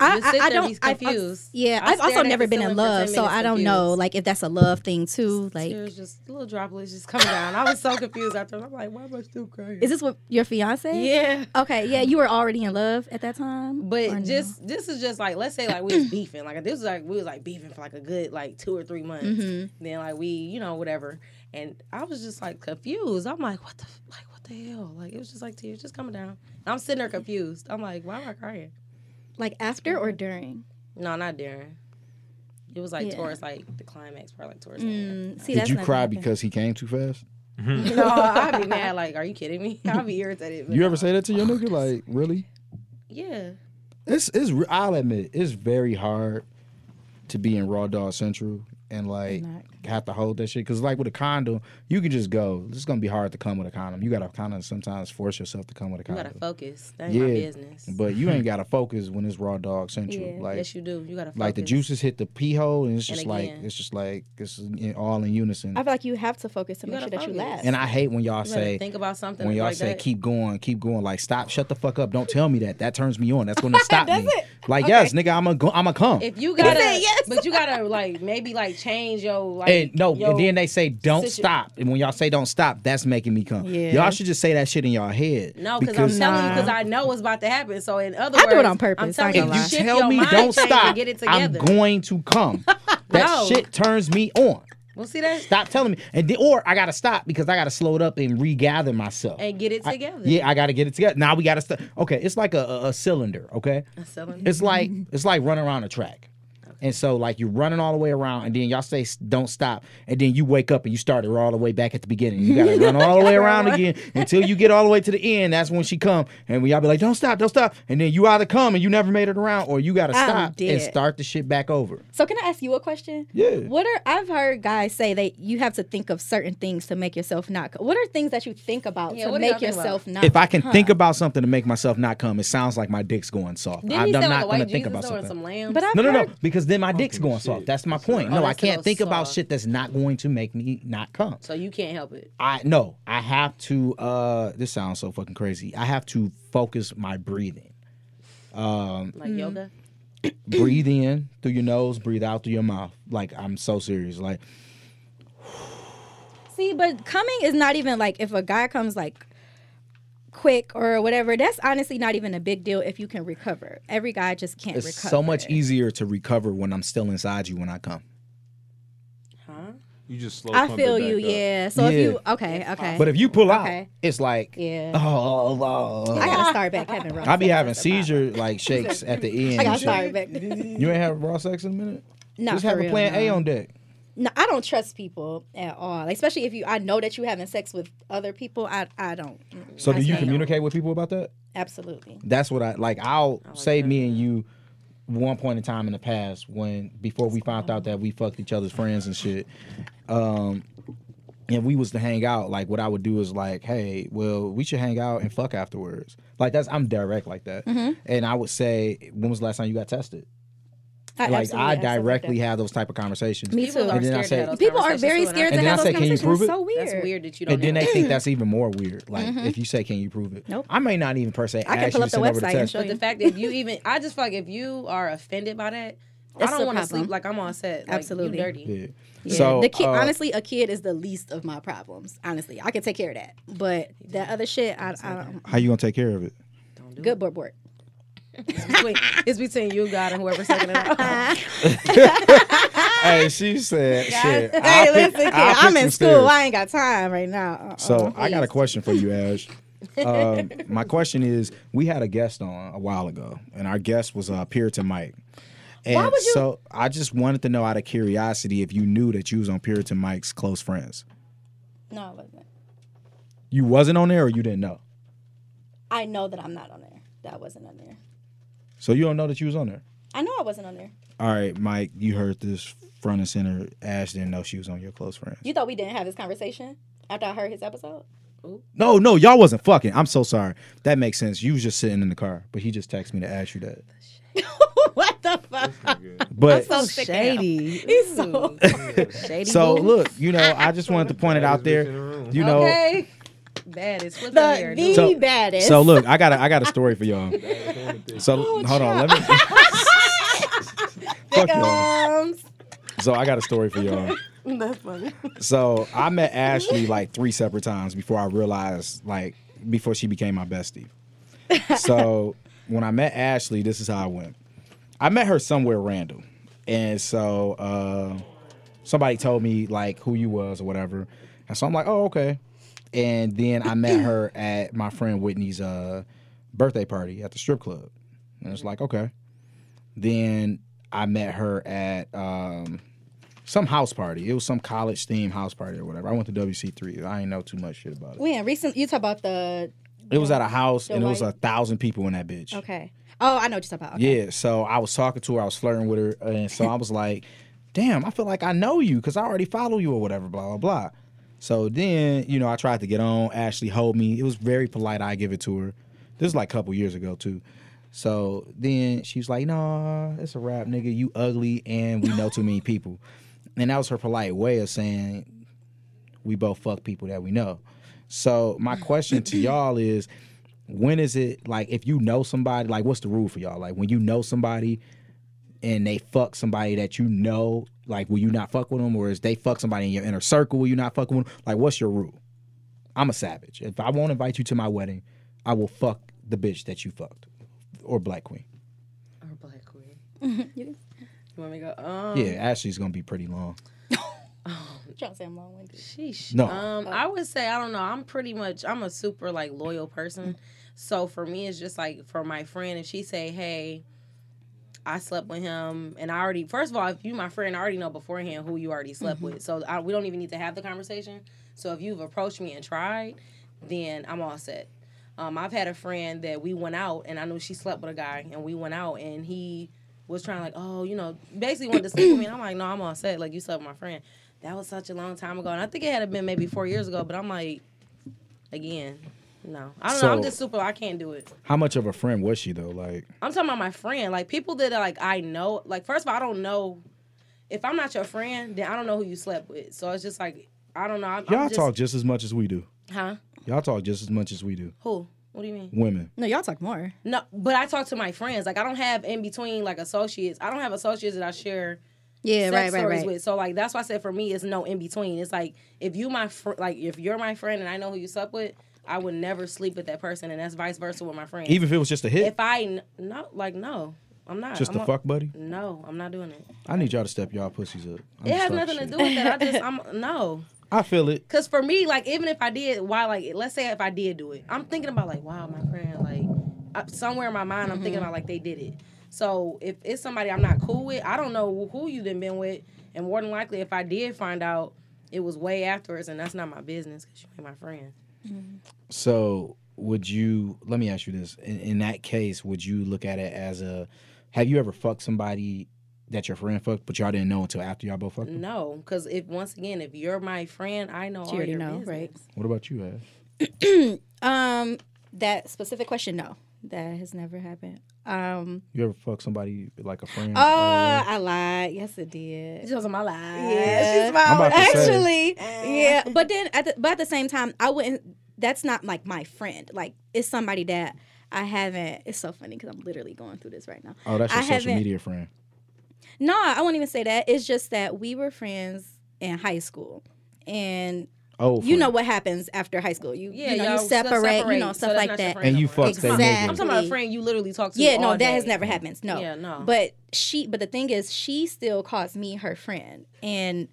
Speaker 3: I,
Speaker 1: just sit
Speaker 3: I, I
Speaker 1: there
Speaker 3: don't.
Speaker 1: and be
Speaker 3: I've- I've-
Speaker 1: confused.
Speaker 3: yeah,
Speaker 1: I
Speaker 3: I've
Speaker 1: stared
Speaker 3: also
Speaker 1: at the
Speaker 3: never been
Speaker 1: ceiling
Speaker 3: in
Speaker 1: for
Speaker 3: love,
Speaker 1: 10
Speaker 3: so
Speaker 1: minutes
Speaker 3: I don't know.
Speaker 1: confused.
Speaker 3: Like if that's a love thing too. Like,
Speaker 1: Tears just little droplets just coming down. I was so confused after. I'm like, why am I still crying?
Speaker 3: is this what your fiance?
Speaker 1: yeah.
Speaker 3: Okay. Yeah, you were already in love at that time.
Speaker 1: But
Speaker 3: or no?
Speaker 1: just this is just like let's say like we was beefing like this was like we was like beefing for like a good like two or three months.
Speaker 3: Mm-hmm.
Speaker 1: Then like we you know whatever, and I was just like confused. I'm like what the f- like what the hell like it was just like tears just coming down. And I'm sitting there confused. I'm like why am I crying?
Speaker 3: like after or during.
Speaker 1: No, not during. It was like
Speaker 3: Yeah.
Speaker 1: towards like the climax part like towards.
Speaker 3: Mm, see,
Speaker 2: Did
Speaker 3: that's
Speaker 2: you
Speaker 3: not
Speaker 2: cry
Speaker 3: happening.
Speaker 2: because he came too fast?
Speaker 1: The end. No, I'd be mad. Like are you kidding me? I'd be irritated. but
Speaker 2: You
Speaker 1: no.
Speaker 2: ever say that to your nigga? Like really?
Speaker 1: Yeah.
Speaker 2: It's it's. re- I'll admit it's very hard to be in Raw Dog Central and like
Speaker 3: Not-
Speaker 2: have to hold that shit. Cause like with a condom, you can just go. It's gonna be hard to come with a condom. You gotta kind of sometimes force yourself to come with a
Speaker 1: You
Speaker 2: condom.
Speaker 1: gotta focus. That ain't my
Speaker 2: Yeah.
Speaker 1: business.
Speaker 2: But you ain't gotta focus when it's Raw Dog Central.
Speaker 3: Yeah.
Speaker 2: Like
Speaker 1: yes, you do. You gotta focus.
Speaker 2: like the juices hit the pee hole and it's
Speaker 1: And
Speaker 2: just like
Speaker 1: again.
Speaker 2: it's just like it's in- all in unison.
Speaker 3: I feel like you have to focus to
Speaker 1: You
Speaker 3: make sure
Speaker 1: gotta
Speaker 3: that you
Speaker 1: focus.
Speaker 3: laugh.
Speaker 2: and I hate when y'all
Speaker 1: You better
Speaker 2: say
Speaker 1: think about something
Speaker 2: when y'all
Speaker 1: like
Speaker 2: say
Speaker 1: that.
Speaker 2: keep going, keep going, like stop, shut the fuck up, don't tell me that. That turns me on. That's gonna stop me. Like yes, nigga, I'm a go- I'm a come.
Speaker 1: If you gotta,
Speaker 3: said yes.
Speaker 1: but you gotta like maybe like change your like.
Speaker 2: and no,
Speaker 1: your-
Speaker 2: and then they say don't
Speaker 1: situ-
Speaker 2: stop. And when y'all say don't stop, that's making me come.
Speaker 3: Yeah.
Speaker 2: Y'all should just say that shit in y'all head.
Speaker 1: no, because I'm telling you,
Speaker 3: Nah.
Speaker 1: because I know what's about to happen. So in other
Speaker 3: I
Speaker 1: words,
Speaker 3: do it on purpose,
Speaker 1: I'm telling
Speaker 3: I ain't
Speaker 1: you,
Speaker 2: if you
Speaker 3: gonna lie.
Speaker 1: shift
Speaker 2: tell
Speaker 1: your
Speaker 2: me
Speaker 1: mind
Speaker 2: don't
Speaker 1: change
Speaker 2: stop,
Speaker 1: and get it
Speaker 2: I'm
Speaker 1: together.
Speaker 2: going to come. That
Speaker 1: No.
Speaker 2: shit turns me on.
Speaker 1: Well, see that
Speaker 2: Stop telling me, and then, or I gotta stop because I gotta slow it up and regather myself.
Speaker 1: and get it
Speaker 2: I-
Speaker 1: together.
Speaker 2: yeah, I gotta get it together. Now we gotta stop. Okay, it's like a, a, a cylinder. Okay,
Speaker 1: I'm telling you.
Speaker 2: it's like it's like running around a track, and so like you're running all the way around, and then y'all say s- don't stop, and then you wake up and you started all the way back at the beginning. You gotta run all the way around again until you get all the way to the end. That's when she come, and when y'all be like, don't stop, don't stop, and then you either come and you never made it around, or you gotta
Speaker 3: I'm
Speaker 2: stop and
Speaker 3: dead.
Speaker 2: start the shit back over.
Speaker 1: Uh-huh.
Speaker 3: So can I ask you a question?
Speaker 2: Yeah.
Speaker 3: What are I've heard guys say that you have to think of certain things to make yourself not. co- What are things that you think about
Speaker 1: Yeah,
Speaker 3: to
Speaker 1: what do y'all
Speaker 3: make
Speaker 1: think about?
Speaker 3: yourself not?
Speaker 2: If I can
Speaker 3: come?
Speaker 2: think about something to make myself not come, it sounds like my dick's going soft.
Speaker 1: Didn't
Speaker 2: I'm
Speaker 1: he
Speaker 2: I'm
Speaker 1: sell
Speaker 2: not
Speaker 1: the
Speaker 2: gonna
Speaker 1: white
Speaker 2: think
Speaker 1: Jesus
Speaker 2: about
Speaker 1: though or
Speaker 2: something.
Speaker 1: some lamb?
Speaker 3: but I've
Speaker 2: No, no, no.
Speaker 3: heard-
Speaker 2: Because then my dick's going soft. That's my point. No, I
Speaker 1: that's
Speaker 2: can't
Speaker 1: so
Speaker 2: think about
Speaker 1: soft.
Speaker 2: shit that's not going to make me not come.
Speaker 1: so you can't help it.
Speaker 2: I no, I have to. uh This sounds so fucking crazy. I have to focus my breathing.
Speaker 1: Like yoga.
Speaker 2: breathe in through your nose. Breathe out through your mouth. Like I'm so serious. Like
Speaker 3: See, but coming is not even like if a guy comes like quick or whatever. That's honestly not even a big deal if you can recover. Every guy just can't
Speaker 2: it's
Speaker 3: recover.
Speaker 2: so much easier to recover when I'm still inside you when I come.
Speaker 1: Huh?
Speaker 4: You just slow.
Speaker 3: I
Speaker 4: pump it
Speaker 3: feel
Speaker 4: back
Speaker 3: you.
Speaker 4: up.
Speaker 3: Yeah. So if
Speaker 2: Yeah.
Speaker 3: you okay, okay.
Speaker 2: But if you pull out,
Speaker 3: Okay.
Speaker 2: it's like
Speaker 3: Yeah.
Speaker 2: Oh, oh, oh, oh.
Speaker 3: I gotta start back having. rough
Speaker 2: I be
Speaker 3: sex.
Speaker 2: having seizure like shakes at the end. and
Speaker 3: I gotta
Speaker 2: shit.
Speaker 3: start back.
Speaker 2: You ain't have raw sex in a minute.
Speaker 3: Not
Speaker 2: Just
Speaker 3: for
Speaker 2: have a
Speaker 3: real,
Speaker 2: plan
Speaker 3: no.
Speaker 2: A on deck.
Speaker 3: no, I don't trust people at all. Like, especially if you, I know that you having sex with other people. I, I don't. Mm,
Speaker 2: So
Speaker 3: I
Speaker 2: do you
Speaker 3: say no.
Speaker 2: communicate with people about that?
Speaker 3: Absolutely.
Speaker 2: That's what I like. I'll say me and you one point in time in the past when before we found out that we fucked each other's friends and shit. Um and we was to hang out, like what I would do is like, hey, well, we should hang out and fuck afterwards. Like that's I'm direct like that.
Speaker 3: Mm-hmm.
Speaker 2: And I would say, when was the last time you got tested?
Speaker 3: I
Speaker 2: like
Speaker 3: absolutely-
Speaker 2: I
Speaker 3: absolutely
Speaker 2: directly
Speaker 3: don't.
Speaker 2: have those type of conversations.
Speaker 3: Me
Speaker 1: People
Speaker 3: too.
Speaker 1: are
Speaker 2: And then I
Speaker 1: scared to have
Speaker 2: say-
Speaker 1: those
Speaker 3: People are
Speaker 1: conversations
Speaker 3: very
Speaker 1: too, and I think
Speaker 3: scared to
Speaker 2: then I
Speaker 3: have those
Speaker 2: say, can you
Speaker 3: conversations.
Speaker 2: prove
Speaker 3: It's
Speaker 2: it?
Speaker 3: so weird.
Speaker 1: That's weird that you don't.
Speaker 2: And then
Speaker 1: know
Speaker 2: they think that's even more weird. Like if you say, "Can you prove it?"
Speaker 3: Mm-hmm. Nope.
Speaker 2: I may not even per se.
Speaker 3: I can
Speaker 2: ask
Speaker 3: pull
Speaker 2: you to
Speaker 3: up the
Speaker 2: send over
Speaker 3: website
Speaker 2: text.
Speaker 3: and show
Speaker 1: But the fact that you even, I just feel like if you are offended by that,
Speaker 3: That's
Speaker 1: I
Speaker 3: the
Speaker 1: don't want to
Speaker 3: problem.
Speaker 1: sleep like I'm on set. Like,
Speaker 3: Absolutely.
Speaker 1: You dirty.
Speaker 2: Yeah.
Speaker 3: Yeah.
Speaker 2: So
Speaker 3: the kid,
Speaker 2: uh,
Speaker 3: honestly, a kid is the least of my problems. Honestly, I can take care of that. But that other shit, I, I don't.
Speaker 2: how you gonna take care of it?
Speaker 1: Don't do
Speaker 3: Good board board.
Speaker 1: it. Between- it's between you, God, and whoever's taking it out.
Speaker 2: hey, she said, "Shit." I'll
Speaker 3: Hey,
Speaker 2: pick-
Speaker 3: listen, kid,
Speaker 2: I'll pick
Speaker 3: I'm in
Speaker 2: some
Speaker 3: school.
Speaker 2: stairs.
Speaker 3: I ain't got time right now. Uh-uh,
Speaker 2: So I got a
Speaker 3: please.
Speaker 2: question for you, Ash. um, my question is: We had a guest on a while ago, and our guest was uh, Puritan Mike. And
Speaker 3: would you-
Speaker 2: so I just wanted to know, out of curiosity, if you knew that you was on Puritan Mike's close friends.
Speaker 3: No, I wasn't.
Speaker 2: You wasn't on there, or you didn't know.
Speaker 3: I know that I'm not on there. That wasn't on there.
Speaker 2: So you don't know that you was on there.
Speaker 3: I know I wasn't on there.
Speaker 2: All right, Mike, you heard this front and center. Ash didn't know she was on your close friends.
Speaker 3: You thought we didn't have this conversation after I heard his episode?
Speaker 1: Ooh.
Speaker 2: No, no, y'all wasn't fucking. I'm so sorry. That makes sense. You was just sitting in the car, but he just texted me to ask you that.
Speaker 3: what the fuck?
Speaker 2: But
Speaker 3: so
Speaker 1: So
Speaker 3: sick of
Speaker 1: shady.
Speaker 3: He's so-
Speaker 1: Ooh. shady.
Speaker 2: so
Speaker 1: boo.
Speaker 2: look, you know, I just wanted to point it out there. You know,
Speaker 1: okay. Bad is flipping
Speaker 3: The,
Speaker 1: here.
Speaker 3: the
Speaker 2: So-
Speaker 3: baddest.
Speaker 2: so look, I got a, I got a story for y'all. So
Speaker 1: Oh,
Speaker 2: hold on, let me. Fuck y'all.
Speaker 3: Comes.
Speaker 2: So I got a story for y'all.
Speaker 1: That's funny.
Speaker 2: So I met Ashley like three separate times before I realized, like, before she became my bestie. So when I met Ashley, this is how I went. I met her somewhere random, and so uh, somebody told me like who you was or whatever, and so I'm like, oh okay. And then I met her at my friend Whitney's uh, birthday party at the strip club, and it's like okay. Then I met her at um, some house party. It was some college themed house party or whatever. I went to WC3. I ain't know too much shit about it.
Speaker 3: When recent you talk about the
Speaker 2: It was at a house,
Speaker 3: The
Speaker 2: and it was a
Speaker 3: white-
Speaker 2: thousand people in that bitch.
Speaker 3: okay. Oh, I know what you're talking about. Okay.
Speaker 2: Yeah, so I was talking to her, I was flirting with her, and so I was like, "Damn, I feel like I know you because I already follow you or whatever." Blah blah blah. So then, you know, I tried to get on. Ashley hold me. It was very polite. I give it to her. This is like a couple years ago too. So then she's like, "Nah, it's a wrap, nigga. You ugly, and we know too many people." And that was her polite way of saying, we both fuck people that we know. So my question to y'all is, when is it like if you know somebody, like what's the rule for y'all? Like when you know somebody and they fuck somebody that you know, like will you not fuck with them, or is they fuck somebody in your inner circle, will you not fuck with them? Like what's your rule? I'm a savage. If I won't invite you to my wedding, I will fuck the bitch that you fucked or black queen.
Speaker 1: Or black queen. You want me to go? Um,
Speaker 2: Yeah, Ashley's gonna be pretty long.
Speaker 3: Don't say I'm long-winded.
Speaker 1: Sheesh.
Speaker 2: No.
Speaker 1: Um, I would say I don't know. I'm pretty much I'm a super like loyal person. So for me, it's just like for my friend, if she say, "Hey, I slept with him," and I already first of all, if you my friend, I already know beforehand who you already slept with. So I, we don't even need to have the conversation. So if you've approached me and tried, then I'm all set. Um, I've had a friend that we went out and I knew she slept with a guy and we went out and he was trying like, oh, you know, basically wanted to sleep with me. And I'm like, no, I'm all set. Like you slept with my friend. That was such a long time ago. And I think it had been maybe four years ago, but I'm like, again, no. I don't know. I'm
Speaker 2: So-
Speaker 1: just super I can't do it.
Speaker 2: How much of a friend was she though? Like
Speaker 1: I'm talking about my friend. Like people that are, like I know like first of all, I don't know if I'm not your friend, then I don't know who you slept with. So it's just like I don't know. I'm, I'm
Speaker 2: y'all
Speaker 1: just,
Speaker 2: talk just as much as we do.
Speaker 1: huh?
Speaker 2: Y'all talk just as much as we do.
Speaker 1: Who? What do you mean?
Speaker 2: Women.
Speaker 3: No, y'all talk more.
Speaker 1: No, but I talk to my friends. Like I don't have in between like associates. I don't have associates that I share
Speaker 3: Yeah,
Speaker 1: sex
Speaker 3: right, right,
Speaker 1: stories
Speaker 3: right.
Speaker 1: with. So like that's why I said for me it's no in between. It's like if you my fr- like if you're my friend and I know who you slept with, I would never sleep with that person, and that's vice versa with my friend.
Speaker 2: Even if it was just a hit,
Speaker 1: if I kn- no like no, I'm not
Speaker 2: just
Speaker 1: I'm
Speaker 2: a
Speaker 1: a-
Speaker 2: fuck buddy.
Speaker 1: No, I'm not doing it.
Speaker 2: I need y'all to step y'all pussies up. I'm
Speaker 1: It
Speaker 2: just
Speaker 1: has
Speaker 2: talking
Speaker 1: nothing to
Speaker 2: shit.
Speaker 1: do with that. I just I'm no.
Speaker 2: I feel it.
Speaker 1: Cause for me, like even if I did, why? Like let's say if I did do it, I'm thinking about like, wow, my friend, like uh, somewhere in my mind, I'm
Speaker 3: Mm-hmm.
Speaker 1: thinking about like they did it. So if it's somebody I'm not cool with, I don't know who you done been with, and more than likely, if I did find out, it was way afterwards, and that's not my business because you ain't my friend.
Speaker 2: So would you? Let me ask you this. In, in that case, would you look at it as a? Have you ever fucked somebody that your friend fucked, but y'all didn't know until after y'all both fucked? them?
Speaker 1: No, because if once again, if you're my friend, I know
Speaker 3: You
Speaker 1: all
Speaker 3: already
Speaker 1: your
Speaker 3: know,
Speaker 1: business.
Speaker 3: right?
Speaker 2: What about you, Ash?
Speaker 3: Um, that specific question, no, that has never happened. Um,
Speaker 2: You ever fuck somebody like a friend?
Speaker 3: oh,
Speaker 2: mm.
Speaker 3: I lied. Yes, it did.
Speaker 1: It's just my life.
Speaker 3: Yeah,
Speaker 1: She's
Speaker 2: I'm about to say.
Speaker 3: actually,
Speaker 1: Uh-huh.
Speaker 3: yeah. But then, at the, but at the same time, I wouldn't. That's not like my friend. Like it's somebody that I haven't. It's so funny because I'm literally going through this right now.
Speaker 2: oh, that's your
Speaker 3: I
Speaker 2: social
Speaker 3: haven't-
Speaker 2: media friend.
Speaker 3: No, I won't even say that. It's just that we were friends in high school, and
Speaker 2: Oh,
Speaker 3: you
Speaker 2: friend.
Speaker 3: know what happens after high school. You
Speaker 1: yeah,
Speaker 3: you know
Speaker 1: y'all
Speaker 3: you separate, you
Speaker 1: separate, so
Speaker 3: know stuff
Speaker 1: that's
Speaker 3: like
Speaker 1: not your
Speaker 3: that.
Speaker 1: friend
Speaker 2: And
Speaker 1: no
Speaker 2: you
Speaker 1: more.
Speaker 2: fucked that nigga.
Speaker 1: I'm talking about a friend you literally talk to.
Speaker 3: Yeah, no,
Speaker 1: all
Speaker 3: that
Speaker 1: day.
Speaker 3: has never happened. No.
Speaker 1: Yeah, no.
Speaker 3: But she but the thing is she still calls me her friend and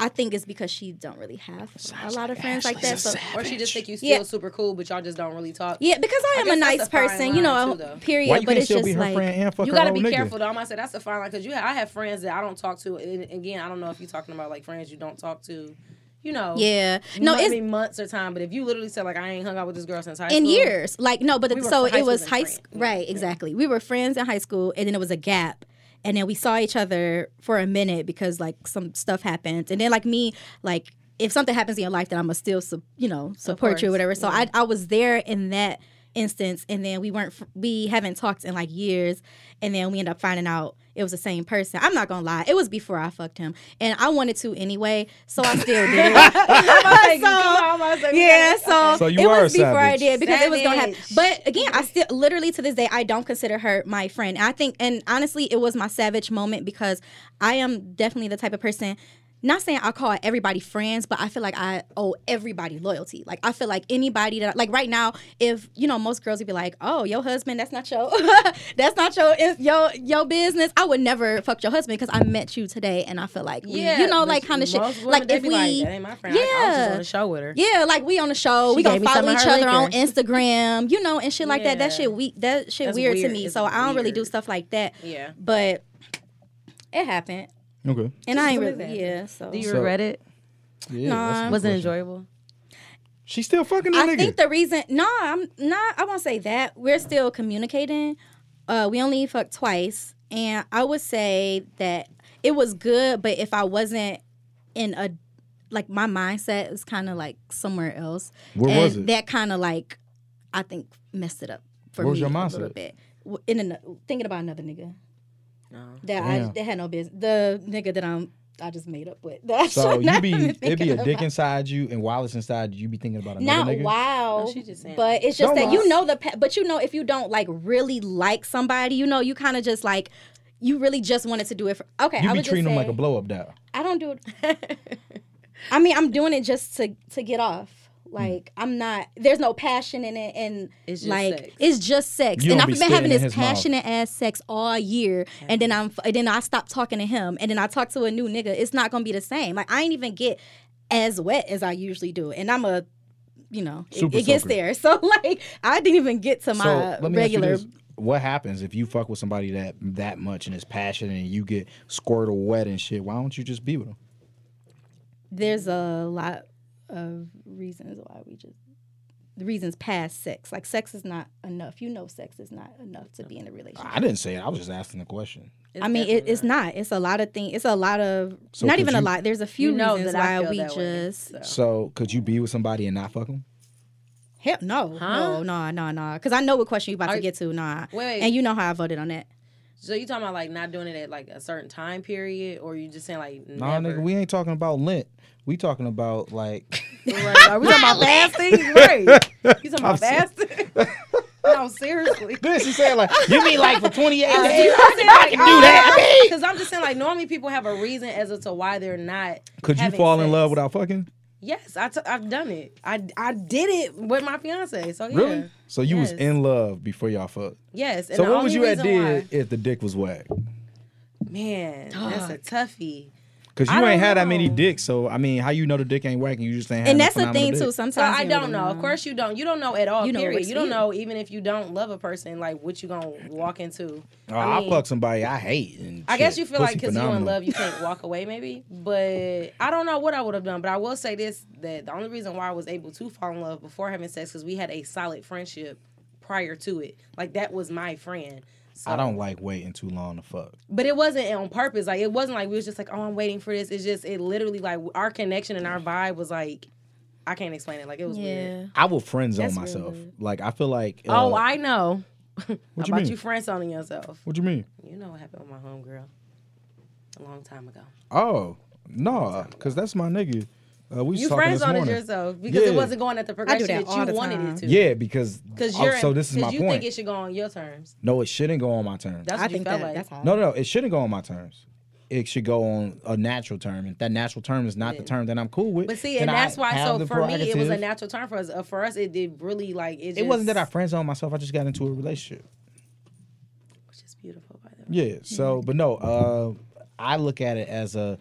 Speaker 3: I think it's because she don't really have a lot of friends like that.
Speaker 2: Ashley's a
Speaker 3: So
Speaker 1: Or she just think you still
Speaker 3: Yeah.
Speaker 1: super cool, but y'all just don't really talk.
Speaker 3: yeah, because I am
Speaker 1: guess
Speaker 3: a
Speaker 1: that's
Speaker 3: nice
Speaker 1: a fine
Speaker 3: person,
Speaker 1: line
Speaker 3: you know.
Speaker 1: too, though.
Speaker 3: period.
Speaker 2: Why you
Speaker 3: but
Speaker 2: can't
Speaker 3: it's
Speaker 2: still
Speaker 3: just
Speaker 2: be her
Speaker 3: like
Speaker 2: friend and fuck
Speaker 1: you
Speaker 2: her
Speaker 1: gotta
Speaker 2: old
Speaker 1: be
Speaker 2: nigga?
Speaker 1: careful though. I'm gonna say that's a fine line because you. Ha- I have friends that I don't talk to. And again, I don't know if you're talking about like friends you don't talk to. You know,
Speaker 3: yeah, no,
Speaker 1: I
Speaker 3: it's
Speaker 1: mean months or time. But if you literally said like I ain't hung out with this girl since high
Speaker 3: in
Speaker 1: school,
Speaker 3: years. Like no, but
Speaker 1: We
Speaker 3: the,
Speaker 1: were
Speaker 3: so
Speaker 1: high
Speaker 3: it was
Speaker 1: school
Speaker 3: high
Speaker 1: and
Speaker 3: school,
Speaker 1: friends.
Speaker 3: right? Exactly. We were friends in high school, and then it was a gap, and then we saw each other for a minute because like some stuff happened, and then like me, like if something happens in your life, then I'm gonna still, su- you know, support you
Speaker 1: course,
Speaker 3: or whatever. So I, I was there in that instance, and then we weren't, fr- we haven't talked in like years, and then we end up finding out it was the same person. I'm not gonna lie, it was before I fucked him, and I wanted to anyway, so I still did.
Speaker 1: Like,
Speaker 3: So-
Speaker 1: come on, I was like, we
Speaker 3: yeah,
Speaker 1: gotta-
Speaker 2: So
Speaker 3: so,
Speaker 2: you
Speaker 3: it
Speaker 2: are
Speaker 3: was
Speaker 2: a
Speaker 3: before I
Speaker 2: savage.
Speaker 3: did because it was gonna happen.
Speaker 1: Savage.
Speaker 3: But again, I still literally to this day I don't consider her my friend. I think and honestly it was my savage moment because I am definitely the type of person not saying I call everybody friends, but I feel like I owe everybody loyalty. Like I feel like anybody that like right now, if you know most girls would be like, "Oh, your husband, that's not your, that's not your your your business." I would never fuck your husband because I met you today, and I feel like we-
Speaker 1: yeah,
Speaker 3: you know,
Speaker 1: but
Speaker 3: like kind of shit.
Speaker 1: most women,
Speaker 3: Like
Speaker 1: they
Speaker 3: if
Speaker 1: be
Speaker 3: we,
Speaker 1: like, that ain't my friend. Yeah. I, I was just
Speaker 3: Yeah.
Speaker 1: on the show with her.
Speaker 3: yeah, like we on the show, we
Speaker 1: She
Speaker 3: gonna
Speaker 1: gave me some
Speaker 3: follow
Speaker 1: of
Speaker 3: each
Speaker 1: her
Speaker 3: other on
Speaker 1: liquor.
Speaker 3: Instagram, you know, and shit like that. That
Speaker 1: Yeah.
Speaker 3: shit we that shit
Speaker 1: That's
Speaker 3: weird, to
Speaker 1: weird.
Speaker 3: me.
Speaker 1: It's
Speaker 3: so I don't really do
Speaker 1: weird.
Speaker 3: stuff like that.
Speaker 1: Yeah.
Speaker 3: But it happened,
Speaker 2: Okay.
Speaker 3: and I ain't
Speaker 1: Something like
Speaker 3: really
Speaker 1: that.
Speaker 3: yeah. So
Speaker 1: Do you
Speaker 2: So-
Speaker 1: regret it?
Speaker 2: Yeah,
Speaker 3: Nah.
Speaker 2: that's a good
Speaker 1: Was it
Speaker 2: question.
Speaker 1: enjoyable?
Speaker 2: She's still fucking that
Speaker 3: I
Speaker 2: nigga.
Speaker 3: think the reason no, I'm not. I won't say that. We're still communicating. Uh, we only fucked twice, and I would say that it was good. But if I wasn't in a like my mindset is kind of like somewhere else.
Speaker 2: Where
Speaker 3: and
Speaker 2: was it?
Speaker 3: That kind of like I think messed it up for
Speaker 2: What was
Speaker 3: me
Speaker 2: your
Speaker 3: a little
Speaker 2: mindset?
Speaker 3: bit. W- In ano- thinking about another nigga
Speaker 1: No.
Speaker 3: that I
Speaker 2: Damn.
Speaker 3: that had no business. The nigga that I'm I just made up with. That I
Speaker 2: so
Speaker 3: should
Speaker 2: you
Speaker 3: not
Speaker 2: be it
Speaker 3: have been
Speaker 2: be a
Speaker 3: thinking
Speaker 2: dick
Speaker 3: about.
Speaker 2: inside you and Wallace inside you. You be thinking about another
Speaker 3: Not
Speaker 2: nigga.
Speaker 3: wow,
Speaker 1: No, she just saying
Speaker 3: but it's just
Speaker 2: Don't
Speaker 3: that you
Speaker 2: lie.
Speaker 3: know the pa- but you know if you don't like really like somebody, you know you kind of just like you really just wanted to do it for okay.
Speaker 2: you
Speaker 3: I
Speaker 2: be
Speaker 3: would just
Speaker 2: treating him
Speaker 3: say,
Speaker 2: like a blow up doll.
Speaker 3: I don't do it. I mean, I'm doing it just to to get off. Like
Speaker 2: Mm.
Speaker 3: I'm not. There's no passion in it, and
Speaker 1: It's just
Speaker 3: like
Speaker 1: sex.
Speaker 3: it's just sex.
Speaker 2: You
Speaker 3: and
Speaker 2: don't
Speaker 3: I've
Speaker 2: be
Speaker 3: been
Speaker 2: spitting in
Speaker 3: having this
Speaker 2: his mouth.
Speaker 3: passionate ass sex all year, and then I'm and then I stop talking to him, and then I talk to a new nigga. It's not gonna be the same. Like I ain't even get as wet as I usually do, and I'm a, you know, it-
Speaker 2: Super
Speaker 3: it, gets
Speaker 2: soaker.
Speaker 3: there. So like I didn't even get
Speaker 2: so
Speaker 3: to my
Speaker 2: let me
Speaker 3: regular.
Speaker 2: ask you this. What happens if you fuck with somebody that that much and is passionate and you get squirted wet and shit? Why don't you just be with him?
Speaker 3: There's a lot of reasons why we just the reasons past sex. Like sex is not enough. You know, sex is not enough to be in a relationship.
Speaker 2: I didn't say it. I was just asking the question.
Speaker 1: It's
Speaker 3: I mean, it,
Speaker 1: definitely
Speaker 3: it's not. It's a lot of things. It's a lot of
Speaker 2: So
Speaker 3: not
Speaker 2: could
Speaker 3: even a
Speaker 2: you-
Speaker 3: lot. There's a few
Speaker 1: You know
Speaker 3: reasons
Speaker 1: that I
Speaker 3: why
Speaker 1: feel
Speaker 3: we
Speaker 1: that way,
Speaker 3: just
Speaker 1: so.
Speaker 2: So could you be with somebody and not fuck them?
Speaker 3: hell no, no,
Speaker 1: Huh?
Speaker 3: no, no, no. Because I know what question you about
Speaker 1: Are-
Speaker 3: to get to. Nah,
Speaker 1: Wait.
Speaker 3: and you know how I voted on that.
Speaker 1: So you talking about like not doing it at like a certain time period, or you just saying like
Speaker 2: No,
Speaker 1: never?
Speaker 2: nigga, we ain't talking about lint. We talking about like
Speaker 1: Like, are we talking about fasting? Right? You talking about fasting? no, seriously.
Speaker 2: this. She said like you mean like for twenty eight days?
Speaker 1: I can
Speaker 2: do that.
Speaker 1: Because I'm just saying, like, normally people have a reason as to why they're not.
Speaker 2: Could you
Speaker 1: having
Speaker 2: fall in
Speaker 1: sex.
Speaker 2: love without fucking?
Speaker 1: Yes, I t- I've done it. I, I did it with my fiance. So yeah.
Speaker 2: Really? So you was
Speaker 1: Yes.
Speaker 2: in love before y'all fucked.
Speaker 1: Yes. And
Speaker 2: So
Speaker 1: the
Speaker 2: what was
Speaker 1: only
Speaker 2: you at
Speaker 1: reason
Speaker 2: did if the dick was whack?
Speaker 1: why- Man, that's a toughie.
Speaker 2: Cause you
Speaker 1: I
Speaker 2: ain't
Speaker 1: don't
Speaker 2: had that many
Speaker 1: know.
Speaker 2: dicks, so I mean, how you know the dick ain't whack and you just ain't. had
Speaker 3: and
Speaker 2: no
Speaker 3: that's the
Speaker 2: phenomenal
Speaker 3: thing
Speaker 2: dick?
Speaker 3: too.
Speaker 1: So
Speaker 3: Sometimes
Speaker 1: I
Speaker 3: you
Speaker 1: don't
Speaker 3: really
Speaker 1: know. Of course you don't. You don't know at all.
Speaker 3: You know
Speaker 1: period.
Speaker 3: what's
Speaker 1: You don't
Speaker 3: for you.
Speaker 1: know even if you don't love a person, like what you gonna walk into.
Speaker 2: Oh, I,
Speaker 1: mean-
Speaker 2: fuck somebody I hate. And
Speaker 1: I guess you feel like
Speaker 2: because
Speaker 1: because you're in love, you can't walk away, maybe. But I don't know what I would have done. But I will say this: that the only reason why I was able to fall in love before having sex because we had a solid friendship prior to it. Like that was my friend. So,
Speaker 2: I don't like waiting too long to fuck.
Speaker 1: But it wasn't on purpose. Like it wasn't like we was just like, oh, I'm waiting for this. It's just it literally like our connection and our vibe was like, I can't explain it. Like it was weird.
Speaker 3: Yeah.
Speaker 2: I will friend zone
Speaker 3: That's real
Speaker 2: myself.
Speaker 3: rude.
Speaker 2: Like I feel like.
Speaker 1: Oh,
Speaker 2: uh,
Speaker 1: I know.
Speaker 2: What you
Speaker 1: How about
Speaker 2: mean?
Speaker 1: you friend zoning yourself?
Speaker 2: What you mean?
Speaker 1: You know what happened with my homegirl a long time ago.
Speaker 2: Oh no, because that's my nigga. Uh, we was
Speaker 1: You
Speaker 2: talking
Speaker 1: friends
Speaker 2: this
Speaker 1: on it
Speaker 2: morning.
Speaker 1: yourself because
Speaker 2: Yeah.
Speaker 1: it wasn't going at the progression
Speaker 3: that
Speaker 1: that,
Speaker 3: all the
Speaker 1: you wanted
Speaker 3: time.
Speaker 1: it to.
Speaker 2: Yeah, because
Speaker 1: because
Speaker 2: oh,
Speaker 1: you're
Speaker 2: so this is
Speaker 1: 'cause
Speaker 2: my
Speaker 1: you
Speaker 2: point.
Speaker 1: think it should go on your terms.
Speaker 2: no, it shouldn't go on my terms.
Speaker 1: That's
Speaker 3: I
Speaker 1: what you
Speaker 3: think
Speaker 1: felt
Speaker 3: that
Speaker 1: like.
Speaker 3: that's how.
Speaker 2: No, no, it shouldn't go on my terms. It should go on a natural term. If that natural term is not the term that I'm cool with,
Speaker 1: But see,
Speaker 2: then
Speaker 1: and
Speaker 2: I
Speaker 1: that's why.
Speaker 2: have
Speaker 1: So
Speaker 2: the
Speaker 1: for me, it was a
Speaker 2: prerogative.
Speaker 1: natural term for us. Uh, for us, it did really like it. Just,
Speaker 2: It wasn't that I friend zoned myself. I just got into a relationship.
Speaker 1: Which is beautiful, by the way.
Speaker 2: Yeah. So, but no, uh, I look at it as a,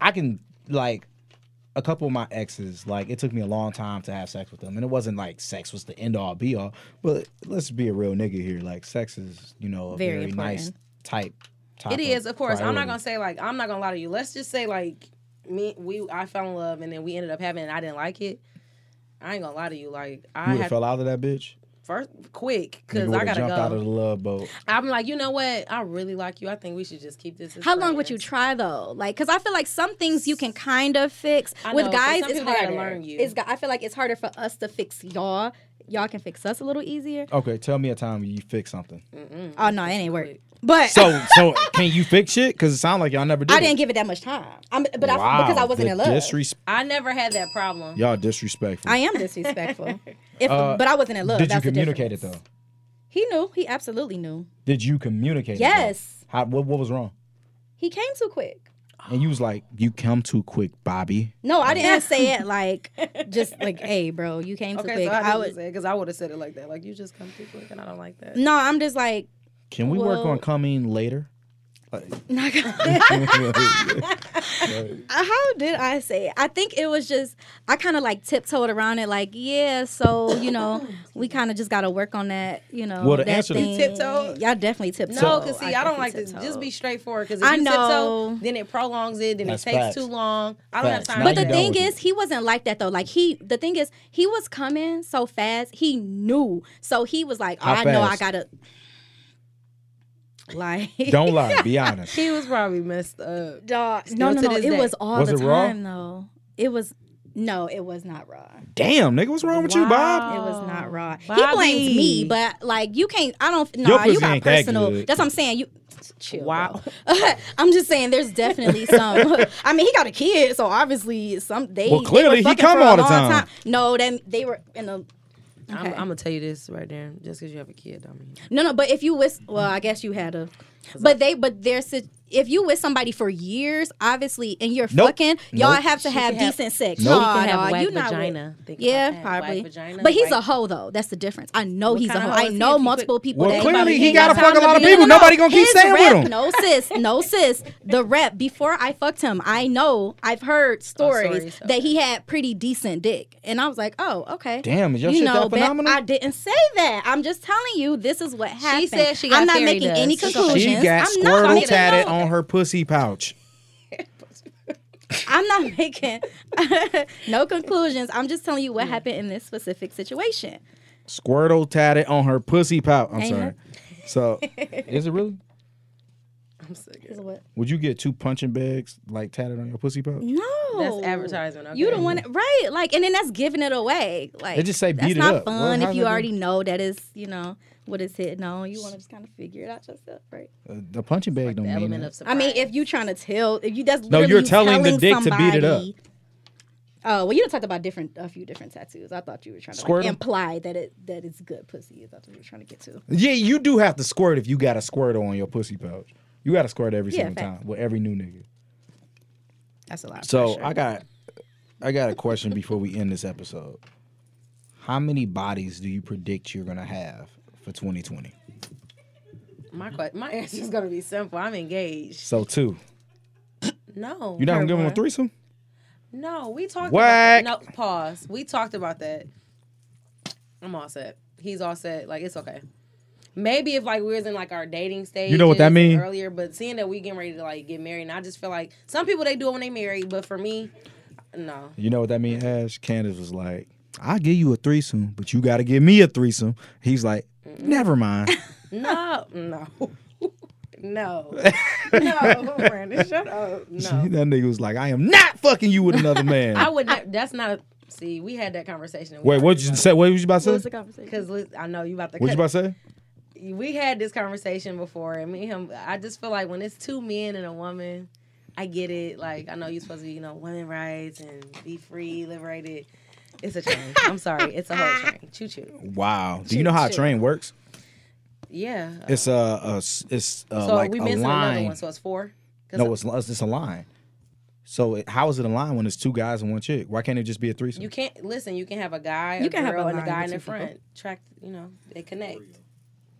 Speaker 2: I can like a couple of my exes. Like it took me a long time to have sex with them, and it wasn't like sex was the end all be all. But let's be a real nigga here. Like sex is, you know, a
Speaker 3: Very
Speaker 2: very, nice
Speaker 3: important.
Speaker 2: type. type
Speaker 1: It is, of course. I'm not
Speaker 2: priority.
Speaker 1: gonna say like I'm not gonna lie to you. Let's just say like me, we, I fell in love, and then we ended up having, it and I didn't like it. I ain't gonna lie to you. Like
Speaker 2: You
Speaker 1: I
Speaker 2: would have
Speaker 1: had,
Speaker 2: fell out of that bitch.
Speaker 1: first quick
Speaker 2: Nigga
Speaker 1: because I
Speaker 2: would've
Speaker 1: gotta
Speaker 2: jumped out
Speaker 1: go.
Speaker 2: of the love boat.
Speaker 1: I'm like, you know what? I really like you. I think we should just keep this. As
Speaker 3: How long would you
Speaker 1: friends."
Speaker 3: try though? Like, cause I feel like some things you can kind of fix.
Speaker 1: I
Speaker 3: With
Speaker 1: know, but
Speaker 3: guys,
Speaker 1: some
Speaker 3: it's
Speaker 1: people gotta
Speaker 3: harder.
Speaker 1: learn you.
Speaker 3: It's go- I feel like it's harder for us to fix y'all. Y'all can fix us a little easier.
Speaker 2: Okay, tell me a time you fix something.
Speaker 3: Oh no, it ain't work. But
Speaker 2: So, so can you fix it? Because it sounds like y'all never did.
Speaker 3: I
Speaker 2: it.
Speaker 3: didn't give it that much time. I'm, but I,
Speaker 2: Wow,
Speaker 3: because I wasn't
Speaker 2: the
Speaker 3: in love.
Speaker 2: disres-
Speaker 1: I never had that problem.
Speaker 2: y'all disrespectful.
Speaker 3: I am disrespectful. if,
Speaker 2: Uh,
Speaker 3: but I wasn't in love.
Speaker 2: Did you
Speaker 3: That's the
Speaker 2: communicate it
Speaker 3: difference.
Speaker 2: though?
Speaker 3: He knew. He absolutely knew.
Speaker 2: Did you communicate? it, though?
Speaker 3: Yes.
Speaker 2: How, what, what was wrong?
Speaker 3: He came too quick.
Speaker 2: And you was like, "You come too quick, Bobby."
Speaker 3: No, I didn't say it like just like, hey, bro, you came too
Speaker 1: Okay,
Speaker 3: quick.
Speaker 1: so
Speaker 3: I
Speaker 1: I
Speaker 3: would.
Speaker 1: would say because I would have said it like that. Like you just come too quick, and I don't like that.
Speaker 3: No, I'm just like.
Speaker 2: Can we work
Speaker 3: Well-
Speaker 2: on coming later?
Speaker 3: how did I say it? I think it was just I kind of like tiptoed around it, like yeah. So you know, we kind of just got to work on that. You know,
Speaker 2: Well, the
Speaker 3: that
Speaker 2: answer to-
Speaker 3: thing.
Speaker 1: Tiptoed?
Speaker 3: Y'all definitely tiptoed.
Speaker 1: No, because see, I, don't
Speaker 3: definitely
Speaker 1: like to just
Speaker 3: tiptoed.
Speaker 1: be straightforward. Because if
Speaker 3: I
Speaker 1: you
Speaker 3: know.
Speaker 1: tiptoe, then it prolongs it, then
Speaker 2: That's
Speaker 1: it takes
Speaker 2: facts.
Speaker 1: too long. I don't
Speaker 2: Facts.
Speaker 1: have time.
Speaker 2: Now
Speaker 3: But
Speaker 1: for
Speaker 2: you
Speaker 3: the
Speaker 1: that.
Speaker 2: know
Speaker 3: thing
Speaker 2: it.
Speaker 3: is, he wasn't like that though. Like he, the thing is, he was coming so fast. He knew, so he was like, oh,
Speaker 2: How
Speaker 3: I know I
Speaker 2: fast?
Speaker 3: gotta. Like,
Speaker 2: Don't lie. Be honest.
Speaker 1: he was probably messed up.
Speaker 3: dog. No,
Speaker 1: Still
Speaker 3: no,
Speaker 1: to
Speaker 3: no. It
Speaker 1: this day.
Speaker 3: was all
Speaker 2: Was
Speaker 3: the
Speaker 2: it raw?
Speaker 3: time though. It was no, it was not raw.
Speaker 2: Damn, nigga, what's wrong with you, Bob?
Speaker 1: Wow.
Speaker 3: It was not raw. He
Speaker 1: Oh, Bobby.
Speaker 3: blames me, but like you can't. I don't. No,
Speaker 2: Your
Speaker 3: you
Speaker 2: pussy
Speaker 3: got
Speaker 2: ain't that
Speaker 3: personal.
Speaker 2: good.
Speaker 3: That's what I'm saying. You chill.
Speaker 1: Wow.
Speaker 3: bro. I'm just saying. There's definitely some. I mean, he got a kid, so obviously some. They
Speaker 2: Well,
Speaker 3: they were
Speaker 2: clearly he
Speaker 3: fucking
Speaker 2: come
Speaker 3: for a
Speaker 2: all the
Speaker 3: long
Speaker 2: time.
Speaker 3: No, then they were in the.
Speaker 1: I'm,
Speaker 3: Okay.
Speaker 1: I'm gonna tell you this right there. Just because you have a kid, don't mean
Speaker 3: No, no. But if you with, well, I guess you had a. But they, but there's a- if you with somebody for years, obviously, and you're
Speaker 2: Nope.
Speaker 3: fucking, y'all
Speaker 2: Nope.
Speaker 3: have to have
Speaker 1: can have-
Speaker 3: decent sex.
Speaker 2: Nope.
Speaker 3: No,
Speaker 2: She
Speaker 1: can have
Speaker 3: dog,
Speaker 1: whack
Speaker 3: you not with-
Speaker 1: vagina. Think about
Speaker 3: Yeah,
Speaker 1: that. Whack
Speaker 3: probably.
Speaker 1: vagina,
Speaker 3: but he's
Speaker 1: whack-
Speaker 3: a hoe though. That's the difference. I know
Speaker 1: What
Speaker 3: he's a
Speaker 1: kind
Speaker 3: hoe.
Speaker 1: of hoe
Speaker 3: I
Speaker 1: is he
Speaker 3: know
Speaker 1: if he
Speaker 3: multiple
Speaker 1: quit-
Speaker 3: people.
Speaker 2: Well,
Speaker 3: that
Speaker 2: clearly
Speaker 1: anybody
Speaker 2: he
Speaker 1: need
Speaker 2: got to
Speaker 1: that
Speaker 2: fuck a
Speaker 1: time to
Speaker 2: lot of
Speaker 1: be- No,
Speaker 2: people.
Speaker 1: no,
Speaker 2: Nobody gonna keep
Speaker 3: His
Speaker 2: staying
Speaker 3: rep,
Speaker 2: with him.
Speaker 3: No sis, no sis. The rep before I fucked him, I know I've
Speaker 1: Oh,
Speaker 3: heard stories
Speaker 1: stories,
Speaker 3: that he had pretty decent dick, and I was like, oh okay.
Speaker 2: Damn, is your
Speaker 3: you
Speaker 2: shit
Speaker 3: know,
Speaker 2: that
Speaker 3: but
Speaker 2: phenomenal?
Speaker 3: I didn't say that. I'm just telling you, this is what happened.
Speaker 1: said she got
Speaker 3: I'm not
Speaker 1: fairy
Speaker 3: making
Speaker 1: dust.
Speaker 3: any
Speaker 1: She got
Speaker 3: conclusions.
Speaker 2: she got
Speaker 3: I'm not
Speaker 2: squirtle
Speaker 3: making-
Speaker 2: tatted on her pussy pouch.
Speaker 3: I'm not making no conclusions. I'm just telling you what happened in this specific situation.
Speaker 2: Squirtle tatted on her pussy pouch. I'm
Speaker 3: Ain't
Speaker 2: sorry.
Speaker 3: it?
Speaker 2: So, is it really?
Speaker 1: I'm sick.
Speaker 3: Is what?
Speaker 2: Would you get two punching bags like tatted on your pussy pouch?
Speaker 1: Mm-hmm.
Speaker 3: No,
Speaker 1: That's advertisement. Okay?
Speaker 3: You the one, right? Like, and then that's giving it away. Like,
Speaker 2: They just say
Speaker 3: that's
Speaker 2: beat it
Speaker 3: not
Speaker 2: up. Well,
Speaker 3: fun
Speaker 2: how's
Speaker 3: if
Speaker 2: it
Speaker 3: you
Speaker 2: gonna-
Speaker 3: already know that is, you know, what is hitting on. You want to just kind of figure it out yourself, right?
Speaker 2: Uh, the punching bag
Speaker 1: The
Speaker 2: don't mean
Speaker 1: element
Speaker 2: that.
Speaker 1: of surprise.
Speaker 3: I mean, if you trying to tell, if you that's
Speaker 2: No,
Speaker 3: literally
Speaker 2: you're
Speaker 3: you
Speaker 2: telling the dick to
Speaker 3: somebody,
Speaker 2: beat it up.
Speaker 3: Oh well, you done talked about different a few different tattoos. I thought you were trying to
Speaker 2: Squirt
Speaker 3: like,
Speaker 2: 'em?
Speaker 3: imply that it that it's good pussy. That's what you were trying to get to.
Speaker 2: Yeah, you do have to squirt if you got a squirtle on your pussy pouch. You got to squirt every
Speaker 3: Yeah,
Speaker 2: single
Speaker 3: facts.
Speaker 2: time with every new nigga.
Speaker 1: that's a lot. of
Speaker 2: So
Speaker 1: pressure.
Speaker 2: I got, I got a question before we end this episode. How many bodies do you predict you're gonna have for 2020?
Speaker 1: my que- my answer is gonna be simple. I'm engaged.
Speaker 2: So two.
Speaker 1: No,
Speaker 2: You're not gonna give him a
Speaker 1: Everyone.
Speaker 2: threesome?
Speaker 1: No, we talked
Speaker 2: Whack.
Speaker 1: about that. No, pause. We talked about that. I'm all set. He's all set. Like it's okay. Maybe if like we was in like our dating stage,
Speaker 2: You know what that mean?
Speaker 1: Earlier, but seeing that we getting ready to like get married, and I just feel like some people they do it when they married, but for me, no.
Speaker 2: You know what that means, Ash? Candace was like, "I'll give you a threesome, but you got to give me a threesome." He's like,
Speaker 1: Mm-hmm.
Speaker 2: "Never mind."
Speaker 1: No, no, no, no, Brandon, shut up. No,
Speaker 2: that nigga was like, "I am not fucking you with another man."
Speaker 1: I would. Not, that's not. A, see, we had that conversation.
Speaker 2: Wait, what you say? What was you about to say?
Speaker 3: conversation?
Speaker 1: Because I know you about to.
Speaker 2: What
Speaker 1: cut
Speaker 2: you
Speaker 1: it.
Speaker 2: about to say?
Speaker 1: we had this conversation before, and me and him. I just feel like when it's two men and a woman, I get it. Like I know you're supposed to, be, you know, women rights and be free, liberated. It's a train. I'm sorry, it's a whole train. Choo choo.
Speaker 2: Wow. Do you know how a
Speaker 1: Choo-choo.
Speaker 2: train works?
Speaker 1: Uh-huh. Yeah.
Speaker 2: It's a, a s- it's uh
Speaker 1: so
Speaker 2: like
Speaker 1: we
Speaker 2: a
Speaker 1: missing another
Speaker 2: line.
Speaker 1: one, so it's four. 'Cause
Speaker 2: No, it's it's a line. So it, how is it a line when it's two guys and one chick? Why can't it just be a threesome?
Speaker 1: you can't listen. You can have a guy,
Speaker 3: You
Speaker 1: you
Speaker 3: can
Speaker 1: can
Speaker 3: have
Speaker 1: girl,
Speaker 3: a
Speaker 1: and a
Speaker 3: line
Speaker 1: guy
Speaker 3: with
Speaker 1: in the
Speaker 3: two people.
Speaker 1: front. Track, you know, they connect.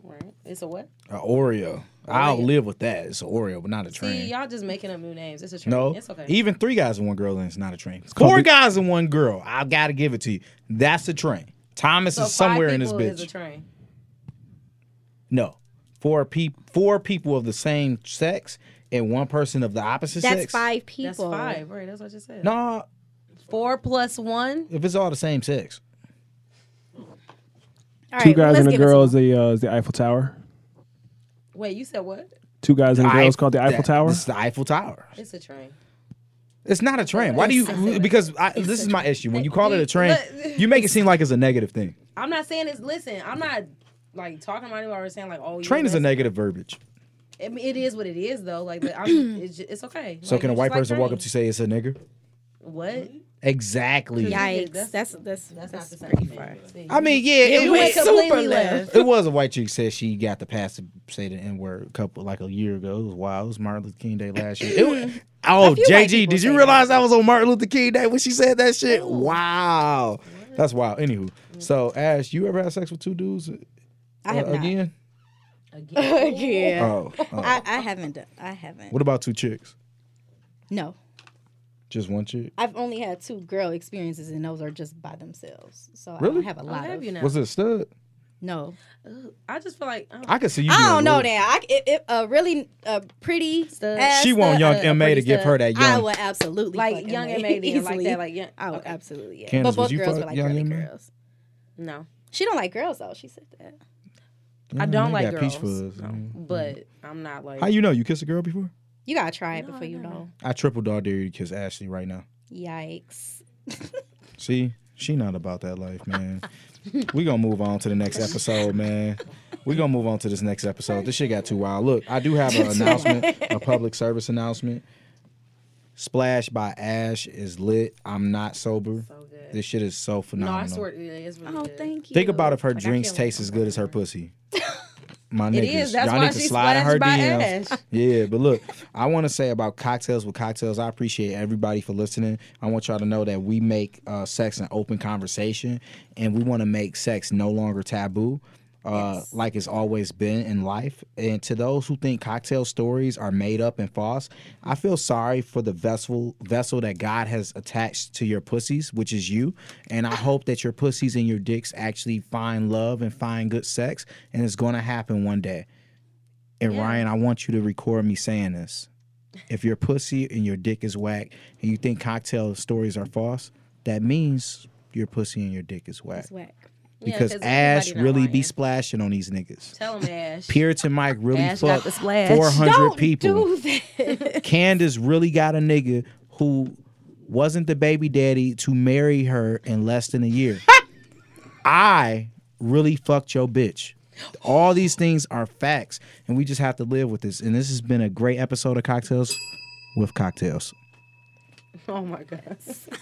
Speaker 1: Right. It's a what?
Speaker 2: A Oreo. I'll live with that. It's an Oreo, but not a
Speaker 1: See,
Speaker 2: train.
Speaker 1: y'all just making up new names. It's a train.
Speaker 2: no,
Speaker 1: it's okay.
Speaker 2: even three guys and one girl, and it's not a train. Four guys and one girl. I've got to give it to you. That's a train. Thomas
Speaker 1: so
Speaker 2: is somewhere
Speaker 1: five
Speaker 2: in this
Speaker 1: people is a
Speaker 2: bitch.
Speaker 1: train.
Speaker 2: no, four people, four people of the same sex and one person of the opposite
Speaker 3: That's
Speaker 2: sex.
Speaker 3: five people.
Speaker 1: That's five, right? That's what I just said.
Speaker 2: No,
Speaker 1: Four plus one.
Speaker 2: if it's all the same sex.
Speaker 3: All
Speaker 5: Two
Speaker 3: right, well,
Speaker 5: guys
Speaker 3: let's
Speaker 5: and a
Speaker 3: give it to
Speaker 5: girl
Speaker 3: him.
Speaker 5: is the uh, is the Eiffel Tower.
Speaker 1: Wait, you said what?
Speaker 5: Two guys and a girl is called the Eiffel
Speaker 2: that-
Speaker 5: Tower.
Speaker 2: This is the Eiffel Tower.
Speaker 1: It's a train.
Speaker 2: It's not a train. Why do you? Because I, this is my issue. When you call it a train, you make it seem like it's a negative thing.
Speaker 1: I'm not saying it's. Listen, I'm not like talking about anybody or saying like, oh,
Speaker 2: Train
Speaker 1: yeah,
Speaker 2: is a
Speaker 1: that's-
Speaker 2: negative verbiage.
Speaker 1: I mean, it is what it is though. Like, but I'm, it's, ju- it's okay.
Speaker 2: So
Speaker 1: Like,
Speaker 2: can a
Speaker 1: it's
Speaker 2: white
Speaker 1: like
Speaker 2: person walk
Speaker 1: train.
Speaker 2: up to you say it's a nigger?
Speaker 1: what?
Speaker 2: Exactly.
Speaker 3: Yikes!
Speaker 1: That's-
Speaker 3: That's that's that's,
Speaker 1: Mm-hmm. That's, not the same.
Speaker 3: pretty
Speaker 1: thing.
Speaker 3: far.
Speaker 1: See,
Speaker 2: I mean, yeah, it,
Speaker 3: It
Speaker 2: was
Speaker 3: went
Speaker 2: super
Speaker 3: completely
Speaker 2: left.
Speaker 3: left.
Speaker 2: It was a white chick said she got the pass to say the N word a couple like a year ago. It was wild. It was Martin Luther King Day last year. It was, oh,
Speaker 3: Mm-hmm. A few white
Speaker 2: JG,
Speaker 3: people
Speaker 2: did
Speaker 3: say
Speaker 2: you
Speaker 3: that.
Speaker 2: realize I was on Martin Luther King Day when she said that shit? Wow, that's wild. Anywho, so Ash, you ever had sex with two dudes?
Speaker 3: Mm-hmm. I have
Speaker 2: uh,
Speaker 3: not.
Speaker 2: again.
Speaker 1: again.
Speaker 3: yeah.
Speaker 2: Oh, oh.
Speaker 3: I, I haven't done. I haven't.
Speaker 2: what about two chicks?
Speaker 3: No,
Speaker 2: Just one chick.
Speaker 3: I've only had two girl experiences, and those are just by themselves. So I
Speaker 2: Really?
Speaker 3: don't have a
Speaker 1: I
Speaker 3: lot
Speaker 1: love
Speaker 3: of.
Speaker 1: you now.
Speaker 2: Was it a stud?
Speaker 3: No,
Speaker 1: I just feel like I don't
Speaker 2: I could see you.
Speaker 3: I
Speaker 2: being
Speaker 3: don't know
Speaker 2: weird.
Speaker 3: that. I, if, if a really a pretty
Speaker 1: Stud.
Speaker 3: ass
Speaker 2: She want
Speaker 3: stud,
Speaker 2: young
Speaker 3: a- a
Speaker 2: MA to
Speaker 3: pretty
Speaker 2: give
Speaker 3: stud,
Speaker 2: her that
Speaker 3: I
Speaker 2: young.
Speaker 3: would absolutely
Speaker 1: like
Speaker 3: fuck
Speaker 1: young
Speaker 3: MA
Speaker 1: and maybe like
Speaker 3: easily.
Speaker 1: that. Like young. oh,
Speaker 3: I would
Speaker 1: okay.
Speaker 3: absolutely yeah.
Speaker 2: Candace,
Speaker 3: but
Speaker 2: would
Speaker 3: both
Speaker 2: you
Speaker 3: girls
Speaker 2: fuck
Speaker 3: were like
Speaker 2: young
Speaker 3: girly
Speaker 2: MA?
Speaker 3: girls.
Speaker 1: no,
Speaker 3: She don't like girls though. She said that.
Speaker 1: I don't
Speaker 2: they
Speaker 1: like
Speaker 2: got
Speaker 1: girls.
Speaker 2: Peach fuzz. Mm-hmm.
Speaker 1: No, but I'm not like.
Speaker 2: How you know? You kissed a girl before?
Speaker 3: You gotta try it
Speaker 1: No,
Speaker 3: before
Speaker 1: I
Speaker 3: you
Speaker 1: never.
Speaker 3: know.
Speaker 2: I triple dog dare you to kiss Ashley right now.
Speaker 3: Yikes.
Speaker 2: See, she not about that life, man. we gonna move on to the next episode, man. We gonna move on to this next episode. This shit got too wild. Look, I do have an announcement, a public service announcement. Splash by Ash is lit. I'm not sober.
Speaker 1: so good.
Speaker 2: This shit is so
Speaker 1: no,
Speaker 2: phenomenal.
Speaker 1: I swear it is really
Speaker 3: Oh,
Speaker 1: good.
Speaker 3: thank you.
Speaker 2: Think about if her
Speaker 1: Like, I
Speaker 2: drinks
Speaker 1: can't
Speaker 2: taste
Speaker 1: wait.
Speaker 2: as good as her pussy. My
Speaker 1: It
Speaker 2: niggas,
Speaker 1: is. That's
Speaker 2: y'all
Speaker 1: why
Speaker 2: need to
Speaker 1: she
Speaker 2: slide in her
Speaker 1: splashed by
Speaker 2: DMs.
Speaker 1: Ash.
Speaker 2: Yeah, but look, I want to say about cocktails with cocktails. I appreciate everybody for listening. I want y'all to know that we make uh, sex an open conversation, and we want to make sex no longer taboo. Uh, Like it's always been in life. And to those who think cocktail stories are made up and false, I feel sorry for the vessel vessel that God has attached to your pussies, which is you. And I hope that your pussies and your dicks actually find love and find good sex. And it's going to happen one day. And Ryan, I want you to record me saying this. If your pussy and your dick is whack and you think cocktail stories are false, that means your pussy and your dick is whack.
Speaker 3: It's whack.
Speaker 1: Yeah,
Speaker 2: Because
Speaker 1: 'cause everybody
Speaker 2: Ash
Speaker 1: not
Speaker 2: really be
Speaker 1: lying.
Speaker 2: splashing on these niggas.
Speaker 1: Tell him Ash.
Speaker 2: Puritan Mike really
Speaker 1: Ash got
Speaker 2: fucked
Speaker 1: the splash.
Speaker 2: 400
Speaker 3: Don't
Speaker 2: people.
Speaker 3: do that.
Speaker 2: Candace really got a nigga who wasn't the baby daddy to marry her in less than a year. I really fucked your bitch. All these things are facts, and we just have to live with this. And this has been a great episode of Cocktails with Cocktails.
Speaker 1: Oh my god.